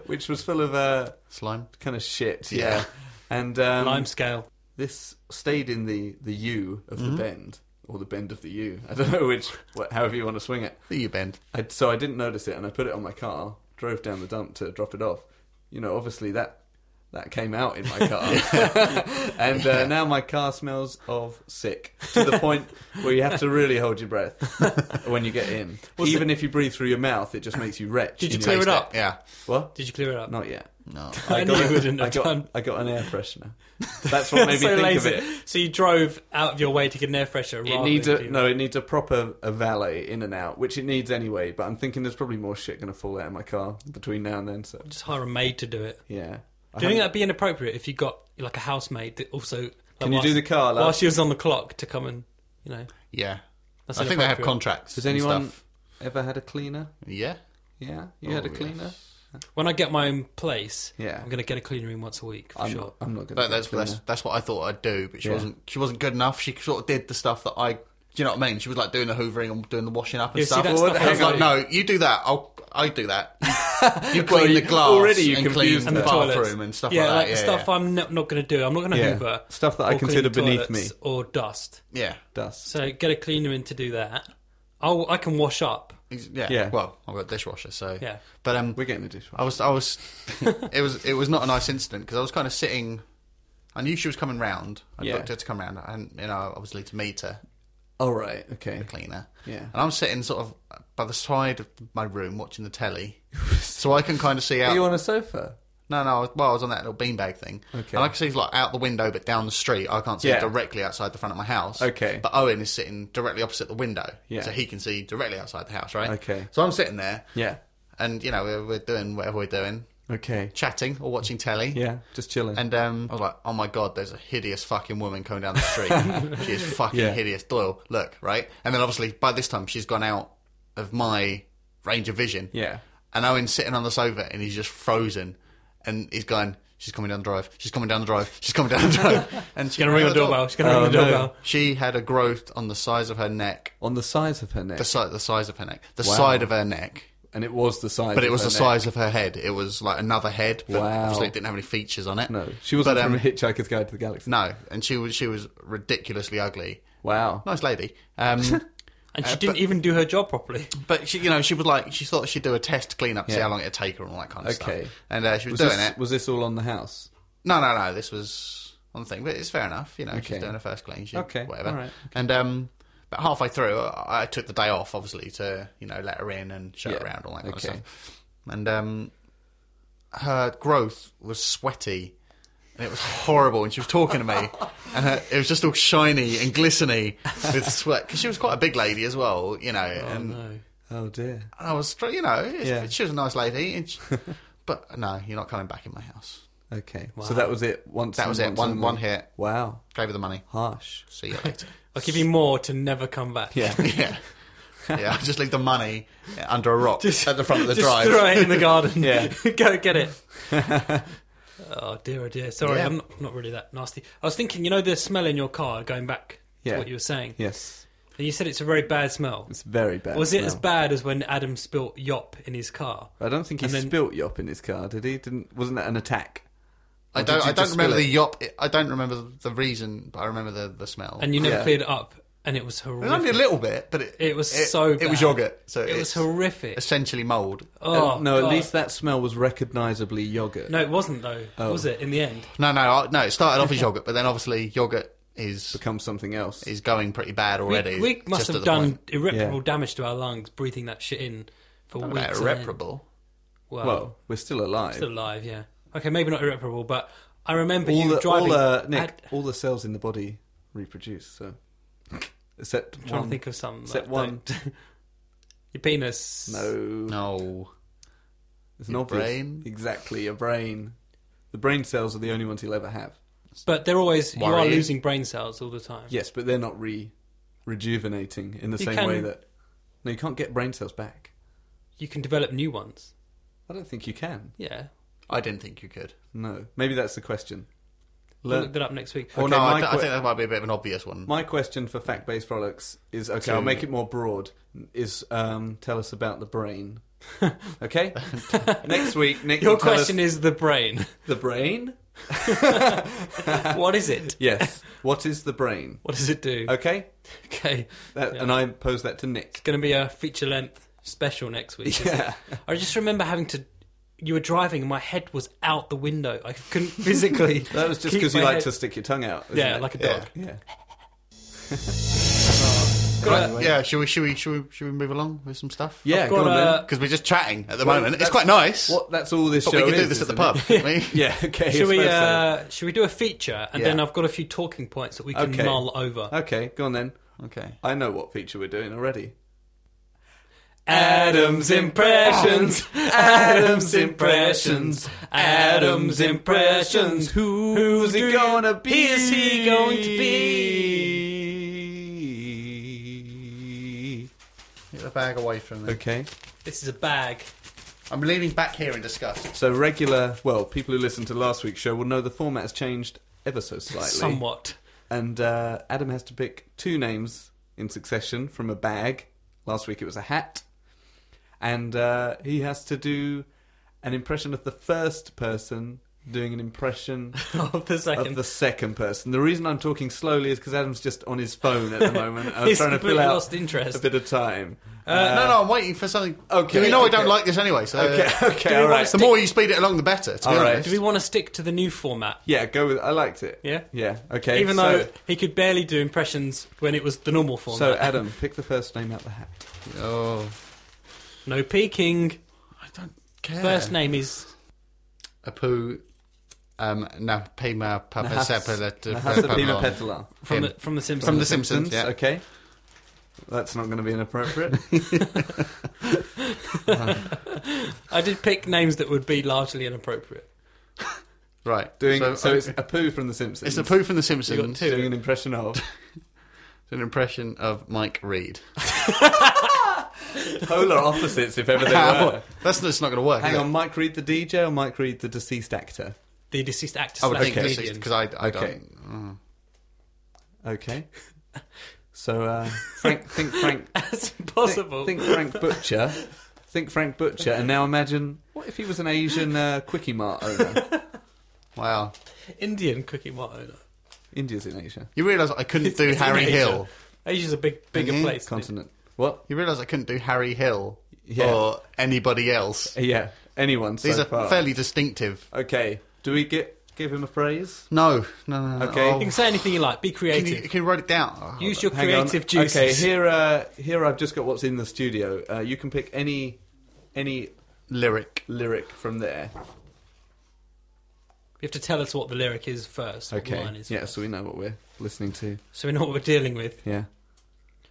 [SPEAKER 2] which was full of uh,
[SPEAKER 1] Slime.
[SPEAKER 2] kind of shit. Yeah,
[SPEAKER 1] Yeah.
[SPEAKER 2] and um,
[SPEAKER 3] Lime scale.
[SPEAKER 2] this stayed in the the U of the bend or the bend of the U. I don't know which, what, however you want to swing it.
[SPEAKER 1] The U bend.
[SPEAKER 2] I, so I didn't notice it, and I put it on my car, drove down the dump to drop it off. You know, obviously that that came out in my car, and uh, now my car smells of sick to the point where you have to really hold your breath when you get in. Even if you breathe through your mouth, it just makes you retch.
[SPEAKER 3] Did you
[SPEAKER 2] in
[SPEAKER 3] clear
[SPEAKER 2] your-
[SPEAKER 3] it up?
[SPEAKER 1] Yeah.
[SPEAKER 2] What?
[SPEAKER 3] Did you clear it up?
[SPEAKER 2] Not yet.
[SPEAKER 1] No.
[SPEAKER 3] I knew you wouldn't
[SPEAKER 2] I
[SPEAKER 3] have
[SPEAKER 2] got,
[SPEAKER 3] done.
[SPEAKER 2] I got an air freshener. That's what made me
[SPEAKER 3] So
[SPEAKER 2] think of
[SPEAKER 3] lazy.
[SPEAKER 2] it.
[SPEAKER 3] So you drove out of your way to get an air freshener.
[SPEAKER 2] It
[SPEAKER 3] rather
[SPEAKER 2] needs
[SPEAKER 3] than
[SPEAKER 2] a
[SPEAKER 3] do-
[SPEAKER 2] no. It needs a proper a valet in and out, which it needs anyway. But I'm thinking there's probably more shit going to fall out of my car between now and then. So
[SPEAKER 3] Just hire a maid to do it.
[SPEAKER 2] Yeah.
[SPEAKER 3] Do you think that'd be inappropriate if you got like a housemaid that also? Like,
[SPEAKER 2] Can you do the car?
[SPEAKER 3] while
[SPEAKER 2] Like,
[SPEAKER 3] she was on the clock to come and you know?
[SPEAKER 1] Yeah.
[SPEAKER 3] That's
[SPEAKER 1] I think they have
[SPEAKER 3] inappropriate.
[SPEAKER 1] contracts.
[SPEAKER 2] has
[SPEAKER 1] and
[SPEAKER 2] anyone
[SPEAKER 1] Stuff.
[SPEAKER 2] ever had a cleaner?
[SPEAKER 1] Yeah.
[SPEAKER 2] Yeah, you had
[SPEAKER 1] Oh,
[SPEAKER 2] a cleaner.
[SPEAKER 3] When I get my own place,
[SPEAKER 2] Yeah.
[SPEAKER 3] I'm gonna get a cleaner in once a week for
[SPEAKER 2] I'm,
[SPEAKER 3] sure.
[SPEAKER 2] not, I'm not going
[SPEAKER 1] That,
[SPEAKER 2] to.
[SPEAKER 1] that's, that's that's what I thought I'd do, but she
[SPEAKER 2] Yeah.
[SPEAKER 1] wasn't. She wasn't good enough. She sort of did the stuff that I. Do you know what I mean? She was like doing the hoovering and doing the washing up and
[SPEAKER 3] Yeah, see,
[SPEAKER 1] stuff.
[SPEAKER 3] that
[SPEAKER 1] Well,
[SPEAKER 3] stuff
[SPEAKER 1] I was
[SPEAKER 3] I
[SPEAKER 1] like,
[SPEAKER 3] like.
[SPEAKER 1] no, you do that. I'll I do that. You
[SPEAKER 2] Well,
[SPEAKER 1] clean
[SPEAKER 2] you-
[SPEAKER 1] the glass
[SPEAKER 2] already you
[SPEAKER 1] and
[SPEAKER 2] confused
[SPEAKER 1] clean the,
[SPEAKER 2] them.
[SPEAKER 1] bathroom
[SPEAKER 3] toilets.
[SPEAKER 1] and stuff
[SPEAKER 3] yeah,
[SPEAKER 1] like that.
[SPEAKER 3] like
[SPEAKER 1] yeah,
[SPEAKER 3] the stuff I'm not, not gonna do. I'm not gonna
[SPEAKER 2] Yeah.
[SPEAKER 3] hoover.
[SPEAKER 2] Stuff that I
[SPEAKER 3] or clean
[SPEAKER 2] consider beneath
[SPEAKER 3] toilets
[SPEAKER 2] me.
[SPEAKER 3] or dust.
[SPEAKER 1] yeah,
[SPEAKER 2] dust.
[SPEAKER 3] So get a cleaner in to do that. I'll, I can wash up.
[SPEAKER 1] Ex- yeah,
[SPEAKER 2] Yeah.
[SPEAKER 1] Well, I've got a dishwasher, so
[SPEAKER 3] Yeah.
[SPEAKER 1] But um,
[SPEAKER 2] We're getting a dishwasher.
[SPEAKER 1] I was, I was, it was, it was not a nice incident because I was kind of sitting. I I knew she was coming round. I
[SPEAKER 2] Yeah.
[SPEAKER 1] booked her to come round, and you know, obviously to meet her,
[SPEAKER 2] All right. Okay.
[SPEAKER 1] cleaner.
[SPEAKER 2] Yeah.
[SPEAKER 1] And I'm sitting sort of by the side of my room watching the telly, so I can kind of see out.
[SPEAKER 2] Are you on a sofa?
[SPEAKER 1] No, no. I was- Well, I was on that little beanbag thing,
[SPEAKER 2] Okay.
[SPEAKER 1] and I can see like out the window, but down the street. I can't see
[SPEAKER 2] Yeah.
[SPEAKER 1] directly outside the front of my house.
[SPEAKER 2] Okay.
[SPEAKER 1] But Owen is sitting directly opposite the window,
[SPEAKER 2] Yeah.
[SPEAKER 1] so he can see directly outside the house, right?
[SPEAKER 2] Okay.
[SPEAKER 1] So I'm sitting there,
[SPEAKER 2] Yeah.
[SPEAKER 1] and you know we're, we're doing whatever we're doing,
[SPEAKER 2] Okay.
[SPEAKER 1] chatting or watching telly.
[SPEAKER 2] Yeah. Just chilling.
[SPEAKER 1] And um, I was like, oh my god, there's a hideous fucking woman coming down the street. she is fucking
[SPEAKER 2] Yeah.
[SPEAKER 1] hideous. Doyle, look, right? And then obviously by this time she's gone out of my range of vision.
[SPEAKER 2] Yeah.
[SPEAKER 1] And Owen's sitting on the sofa and he's just frozen. And he's going, she's coming down the drive. She's coming down the drive. She's coming down the drive. And she's
[SPEAKER 3] Gonna ring the doorbell. She's gonna ring the
[SPEAKER 2] Oh, no.
[SPEAKER 3] doorbell.
[SPEAKER 1] She had a growth on the size of her neck.
[SPEAKER 2] on the size of her neck.
[SPEAKER 1] The, si- the size of her neck. The
[SPEAKER 2] Wow.
[SPEAKER 1] side of her neck.
[SPEAKER 2] and it was the size.
[SPEAKER 1] But it
[SPEAKER 2] of
[SPEAKER 1] was
[SPEAKER 2] her
[SPEAKER 1] the
[SPEAKER 2] neck.
[SPEAKER 1] size of her head. It was like another head. But
[SPEAKER 2] Wow.
[SPEAKER 1] Obviously, it didn't have any features on it.
[SPEAKER 2] No, she wasn't
[SPEAKER 1] But,
[SPEAKER 2] from
[SPEAKER 1] um,
[SPEAKER 2] Hitchhiker's Guide to the Galaxy.
[SPEAKER 1] No, and she was she was ridiculously ugly.
[SPEAKER 2] Wow.
[SPEAKER 1] Nice lady, um,
[SPEAKER 3] And
[SPEAKER 2] Uh,
[SPEAKER 3] she didn't even do her job properly.
[SPEAKER 1] but she, you know, she was like she thought she'd do a test clean up, see
[SPEAKER 2] Yeah.
[SPEAKER 1] how long it'd take her, and all that kind of
[SPEAKER 2] Okay.
[SPEAKER 1] stuff. And uh, she was,
[SPEAKER 2] was,
[SPEAKER 1] doing
[SPEAKER 2] this,
[SPEAKER 1] it.
[SPEAKER 2] was this all on the house?
[SPEAKER 1] No, no, no. This was one thing, but it's fair enough. You know, she's
[SPEAKER 2] Okay.
[SPEAKER 1] doing her first clean. She,
[SPEAKER 2] Okay,
[SPEAKER 1] whatever.
[SPEAKER 2] all right,
[SPEAKER 1] And um, but halfway through, I I took the day off, obviously, to you know let her in and show her
[SPEAKER 2] Yeah,
[SPEAKER 1] around, all that kind
[SPEAKER 2] okay.
[SPEAKER 1] of stuff. And um, her growth was sweaty. And it was horrible, and she was talking to me, and her, it was just all shiny and glistening with sweat. Because she was quite a big lady as well, you know. and
[SPEAKER 2] Oh dear.
[SPEAKER 1] and I was, you know, it's-
[SPEAKER 2] Yeah.
[SPEAKER 1] she was a nice lady, and she- but no, you're not coming back in my house.
[SPEAKER 2] Okay.
[SPEAKER 3] Wow.
[SPEAKER 2] So that was it. Once
[SPEAKER 1] That
[SPEAKER 2] and
[SPEAKER 1] was it.
[SPEAKER 2] once
[SPEAKER 1] One
[SPEAKER 2] only.
[SPEAKER 1] one hit.
[SPEAKER 2] Wow.
[SPEAKER 1] Gave her the money.
[SPEAKER 2] Harsh.
[SPEAKER 1] See you later.
[SPEAKER 3] I'll give you more to never come back.
[SPEAKER 2] Yeah.
[SPEAKER 1] yeah. Yeah, I just leave the money under a rock at the front of the
[SPEAKER 3] Just
[SPEAKER 1] drive.
[SPEAKER 3] throw it in the garden.
[SPEAKER 2] Yeah.
[SPEAKER 3] Go get it. oh dear, oh dear. Sorry,
[SPEAKER 1] Yeah.
[SPEAKER 3] I'm not, not really that nasty. I was thinking, you know, the smell in your car. Going back to
[SPEAKER 2] Yeah.
[SPEAKER 3] what you were saying,
[SPEAKER 2] yes.
[SPEAKER 3] and you said it's a very bad smell.
[SPEAKER 2] It's very bad.
[SPEAKER 3] was it as
[SPEAKER 2] smell.
[SPEAKER 3] bad as when Adam spilt yop in his car?
[SPEAKER 2] I don't think he
[SPEAKER 3] And then-
[SPEAKER 2] spilt yop in his car, did he? Didn't? Wasn't that an attack?
[SPEAKER 1] I
[SPEAKER 2] Or did
[SPEAKER 1] don't.
[SPEAKER 2] you
[SPEAKER 1] I don't
[SPEAKER 2] just
[SPEAKER 1] remember
[SPEAKER 2] spill
[SPEAKER 1] the yop. I don't remember the reason, but I remember the, the smell.
[SPEAKER 3] And you never
[SPEAKER 2] Yeah.
[SPEAKER 3] cleared it up, and it was
[SPEAKER 1] it was
[SPEAKER 3] horrific.
[SPEAKER 1] only a little bit, but it,
[SPEAKER 3] It was so
[SPEAKER 1] It was
[SPEAKER 3] bad.
[SPEAKER 1] yogurt, so
[SPEAKER 3] it was
[SPEAKER 1] it's
[SPEAKER 3] horrific.
[SPEAKER 1] essentially mold.
[SPEAKER 3] Oh
[SPEAKER 2] Uh, no,
[SPEAKER 3] God.
[SPEAKER 2] at least that smell was recognisably yogurt.
[SPEAKER 3] no, it wasn't though. Was it in the end?
[SPEAKER 1] No, no, I- no. It started off as yogurt, but then obviously yogurt is
[SPEAKER 2] Become something else.
[SPEAKER 1] is going pretty bad
[SPEAKER 3] We-
[SPEAKER 1] already.
[SPEAKER 3] We, must
[SPEAKER 1] just at
[SPEAKER 3] have
[SPEAKER 1] the
[SPEAKER 3] done
[SPEAKER 1] point.
[SPEAKER 3] irreparable
[SPEAKER 2] Yeah.
[SPEAKER 3] damage to our lungs breathing that shit in for
[SPEAKER 1] Not
[SPEAKER 3] weeks.
[SPEAKER 1] about
[SPEAKER 3] on end.
[SPEAKER 1] irreparable.
[SPEAKER 3] Wow.
[SPEAKER 2] well, we're still alive.
[SPEAKER 3] Still alive, yeah. Okay, maybe not irreparable, but I remember
[SPEAKER 2] all
[SPEAKER 3] you
[SPEAKER 2] the
[SPEAKER 3] driving.
[SPEAKER 2] all, uh, Nick,
[SPEAKER 3] I'd-
[SPEAKER 2] all the cells in the body reproduce. So, except
[SPEAKER 3] I'm trying
[SPEAKER 2] one.
[SPEAKER 3] to think of something.
[SPEAKER 2] except
[SPEAKER 3] that
[SPEAKER 2] one.
[SPEAKER 3] don't- Your penis.
[SPEAKER 2] No,
[SPEAKER 1] No,
[SPEAKER 2] it's
[SPEAKER 1] Your
[SPEAKER 2] not obvious.
[SPEAKER 1] brain?
[SPEAKER 2] Exactly, your brain. The brain cells are the only ones he'll ever have.
[SPEAKER 3] But they're always, you are
[SPEAKER 1] Worrying.
[SPEAKER 3] losing brain cells all the time.
[SPEAKER 2] Yes, but they're not re rejuvenating in the
[SPEAKER 3] You
[SPEAKER 2] same
[SPEAKER 3] can-
[SPEAKER 2] way that. No, you can't get brain cells back.
[SPEAKER 3] You can develop new ones.
[SPEAKER 2] I don't think you can.
[SPEAKER 3] Yeah.
[SPEAKER 1] I didn't think you could.
[SPEAKER 2] No, maybe that's the question.
[SPEAKER 3] We'll
[SPEAKER 2] Learn-
[SPEAKER 3] look that up next week.
[SPEAKER 1] Well,
[SPEAKER 2] Okay,
[SPEAKER 1] no,
[SPEAKER 2] my
[SPEAKER 1] I, I
[SPEAKER 2] que-
[SPEAKER 1] think that might be a bit of an obvious one.
[SPEAKER 2] My question for fact based frolics is okay, I'll make it more broad. Is um, tell us about the brain. Okay? Next week, Nick.
[SPEAKER 3] Your
[SPEAKER 2] will tell us
[SPEAKER 3] question is the brain.
[SPEAKER 2] the brain?
[SPEAKER 3] what is it?
[SPEAKER 2] Yes. what is the brain?
[SPEAKER 3] What does it do?
[SPEAKER 2] Okay?
[SPEAKER 3] Okay.
[SPEAKER 2] That,
[SPEAKER 3] Yeah.
[SPEAKER 2] And I pose that to Nick.
[SPEAKER 3] It's going to be a feature length special next week. isn't it?
[SPEAKER 2] Yeah.
[SPEAKER 3] I just remember having to. You were driving, and my head was out the window. I couldn't physically.
[SPEAKER 2] That was just
[SPEAKER 3] keep
[SPEAKER 2] because you
[SPEAKER 3] my
[SPEAKER 2] like
[SPEAKER 3] head-
[SPEAKER 2] to stick your tongue out. isn't
[SPEAKER 3] Yeah,
[SPEAKER 2] it?
[SPEAKER 3] like a
[SPEAKER 1] Yeah.
[SPEAKER 3] dog.
[SPEAKER 2] Yeah.
[SPEAKER 3] Got a-
[SPEAKER 1] yeah, should we, should we should we should we move along with some stuff?
[SPEAKER 2] Yeah,
[SPEAKER 3] I've
[SPEAKER 2] go
[SPEAKER 3] got
[SPEAKER 2] on
[SPEAKER 3] a-
[SPEAKER 2] then.
[SPEAKER 1] because we're just chatting at the
[SPEAKER 2] Well,
[SPEAKER 1] moment. It's
[SPEAKER 2] that's-
[SPEAKER 1] quite nice.
[SPEAKER 2] What, that's all this
[SPEAKER 1] But we
[SPEAKER 2] show
[SPEAKER 1] could do
[SPEAKER 2] is,
[SPEAKER 1] this at the
[SPEAKER 2] isn't
[SPEAKER 1] pub,
[SPEAKER 2] it?
[SPEAKER 1] couldn't we?
[SPEAKER 2] Yeah, okay.
[SPEAKER 3] Should
[SPEAKER 2] I
[SPEAKER 3] we?
[SPEAKER 2] suppose so.
[SPEAKER 3] Uh, should we do a feature, and
[SPEAKER 1] Yeah.
[SPEAKER 3] then I've got a few talking points that we can
[SPEAKER 2] Okay.
[SPEAKER 3] mull over.
[SPEAKER 2] Okay, go on then.
[SPEAKER 1] Okay.
[SPEAKER 2] I know what feature we're doing already.
[SPEAKER 3] Adam's impressions. Adam's impressions. Adam's impressions.
[SPEAKER 2] Who,
[SPEAKER 3] Who's
[SPEAKER 2] who's
[SPEAKER 3] he
[SPEAKER 2] he
[SPEAKER 3] gonna
[SPEAKER 2] gonna
[SPEAKER 3] be?
[SPEAKER 2] be? be?
[SPEAKER 1] Get the bag away from me.
[SPEAKER 2] Okay,
[SPEAKER 3] This is a bag.
[SPEAKER 1] I'm leaning back here in disgust.
[SPEAKER 2] so regular, well, people who listened to last week's show will know the format has changed ever so slightly.
[SPEAKER 3] Somewhat.
[SPEAKER 2] And uh, Adam has to pick two names in succession from a bag. Last week it was a hat. And uh, he has to do an impression of the first person doing an impression
[SPEAKER 3] of the
[SPEAKER 2] of
[SPEAKER 3] second.
[SPEAKER 2] the second person. The reason I'm talking slowly is because Adam's just on his phone at the moment. I'm
[SPEAKER 3] He's
[SPEAKER 2] trying to fill
[SPEAKER 3] completely
[SPEAKER 2] out
[SPEAKER 3] lost interest. Uh,
[SPEAKER 2] a bit of time.
[SPEAKER 1] Uh, no, no, I'm waiting for something.
[SPEAKER 2] okay,
[SPEAKER 1] you know I don't
[SPEAKER 2] okay.
[SPEAKER 1] like this anyway. So
[SPEAKER 2] Uh,
[SPEAKER 1] uh,
[SPEAKER 2] Okay,
[SPEAKER 3] we
[SPEAKER 2] okay, all
[SPEAKER 3] wanna
[SPEAKER 2] right.
[SPEAKER 1] the more you speed it along, the better. To be
[SPEAKER 2] All right.
[SPEAKER 1] honest,
[SPEAKER 3] Do we want to stick to the new format?
[SPEAKER 2] Yeah, go with. I liked it.
[SPEAKER 3] Yeah?
[SPEAKER 2] yeah. Okay.
[SPEAKER 3] Even
[SPEAKER 2] so-
[SPEAKER 3] though he could barely do impressions when it was the normal format.
[SPEAKER 2] So Adam, pick the first name out the hat.
[SPEAKER 1] oh,
[SPEAKER 3] no peeking.
[SPEAKER 1] I don't care.
[SPEAKER 3] First name is
[SPEAKER 1] Apu. Um, Napima
[SPEAKER 2] Nahas-
[SPEAKER 1] uh,
[SPEAKER 2] Nahasapima
[SPEAKER 1] Papasepala
[SPEAKER 2] Petala.
[SPEAKER 3] from
[SPEAKER 1] Him.
[SPEAKER 3] the, from the Simpsons.
[SPEAKER 1] From The Simpsons, yeah.
[SPEAKER 2] Okay. That's not going to be inappropriate.
[SPEAKER 3] I did pick names that would be largely inappropriate.
[SPEAKER 1] Right.
[SPEAKER 2] Doing so,
[SPEAKER 1] I-
[SPEAKER 2] it's a poo from The Simpsons.
[SPEAKER 1] it's Apu from The
[SPEAKER 3] You got
[SPEAKER 1] Simpsons.
[SPEAKER 3] two.
[SPEAKER 2] doing an impression of
[SPEAKER 1] An impression of Mike Reed.
[SPEAKER 2] polar opposites, if ever they were.
[SPEAKER 1] Ow. That's that's not going to work.
[SPEAKER 2] Hang on, Mike Reed the DJ or Mike Reed the deceased actor?
[SPEAKER 3] The deceased actor
[SPEAKER 1] I would
[SPEAKER 3] slash
[SPEAKER 1] think
[SPEAKER 3] comedian.
[SPEAKER 1] because I, I
[SPEAKER 2] Okay.
[SPEAKER 1] don't. Mm.
[SPEAKER 2] Okay. So uh, Frank, think Frank,
[SPEAKER 3] That's impossible.
[SPEAKER 2] Think, think Frank Butcher, think Frank Butcher, and now imagine what if he was an Asian uh, quickie mart owner?
[SPEAKER 1] Wow.
[SPEAKER 3] Indian cookie mart owner.
[SPEAKER 2] India's in Asia,
[SPEAKER 1] You realise I couldn't do
[SPEAKER 3] It's in
[SPEAKER 1] Harry
[SPEAKER 3] Asia.
[SPEAKER 1] Hill.
[SPEAKER 3] Asia's a big, bigger
[SPEAKER 1] Mhm.
[SPEAKER 2] Mm-hmm.
[SPEAKER 3] place. than it-
[SPEAKER 2] continent. What?
[SPEAKER 1] You realise I couldn't do Harry Hill
[SPEAKER 2] Yeah.
[SPEAKER 1] or anybody else.
[SPEAKER 2] Yeah, anyone?
[SPEAKER 1] These
[SPEAKER 2] so
[SPEAKER 1] are
[SPEAKER 2] far.
[SPEAKER 1] fairly distinctive.
[SPEAKER 2] Okay. Do we get give him a phrase?
[SPEAKER 1] No, no, no. no.
[SPEAKER 2] Okay.
[SPEAKER 1] Oh,
[SPEAKER 3] You can say anything you like. Be
[SPEAKER 1] can,
[SPEAKER 3] creative.
[SPEAKER 1] you, can you write it down? Oh, hold
[SPEAKER 3] Use
[SPEAKER 1] on.
[SPEAKER 3] your
[SPEAKER 2] Hang
[SPEAKER 3] creative
[SPEAKER 2] on.
[SPEAKER 3] juices.
[SPEAKER 2] Okay, here, uh, here I've just got what's in the studio. Uh, you can pick any, any
[SPEAKER 1] lyric.
[SPEAKER 2] lyric from there.
[SPEAKER 3] You have to tell us what the lyric is first. what the
[SPEAKER 2] Okay.
[SPEAKER 3] line is
[SPEAKER 2] yeah,
[SPEAKER 3] first.
[SPEAKER 2] so we know what we're listening to.
[SPEAKER 3] So we know what we're dealing with.
[SPEAKER 2] Yeah.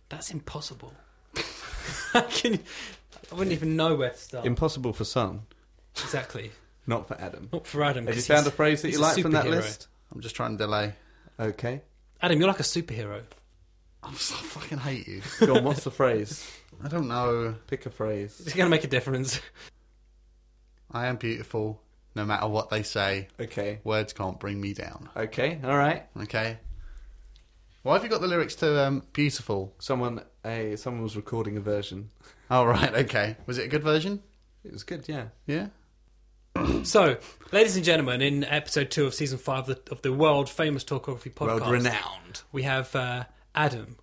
[SPEAKER 3] That's impossible. How can you- I wouldn't even know where to start.
[SPEAKER 2] Impossible for some,
[SPEAKER 3] exactly.
[SPEAKER 2] not for Adam.
[SPEAKER 3] Not for Adam.
[SPEAKER 2] Have you
[SPEAKER 3] 'cause
[SPEAKER 2] found a
[SPEAKER 3] he's-
[SPEAKER 2] phrase that
[SPEAKER 3] he's
[SPEAKER 2] you
[SPEAKER 3] a
[SPEAKER 2] like from that
[SPEAKER 3] superhero.
[SPEAKER 2] list?
[SPEAKER 1] I'm just trying to delay.
[SPEAKER 2] Okay.
[SPEAKER 3] Adam, you're like a superhero.
[SPEAKER 1] I'm so, I fucking hate you.
[SPEAKER 2] Go on, what's the phrase?
[SPEAKER 1] I don't know.
[SPEAKER 2] Pick a phrase.
[SPEAKER 3] It's going to make a difference.
[SPEAKER 1] I am beautiful, no matter what they say.
[SPEAKER 2] Okay.
[SPEAKER 1] Words can't bring me down.
[SPEAKER 2] Okay, all right.
[SPEAKER 1] Okay. Why have you got the lyrics to um, "Beautiful"?
[SPEAKER 2] Someone, a someone was recording a version.
[SPEAKER 1] Oh right, okay. Was it a good version?
[SPEAKER 2] It was good, yeah.
[SPEAKER 1] Yeah.
[SPEAKER 3] So, ladies and gentlemen, in episode two of season five of the, of the world famous Talkography podcast,
[SPEAKER 2] World renowned.
[SPEAKER 3] we have uh, Adam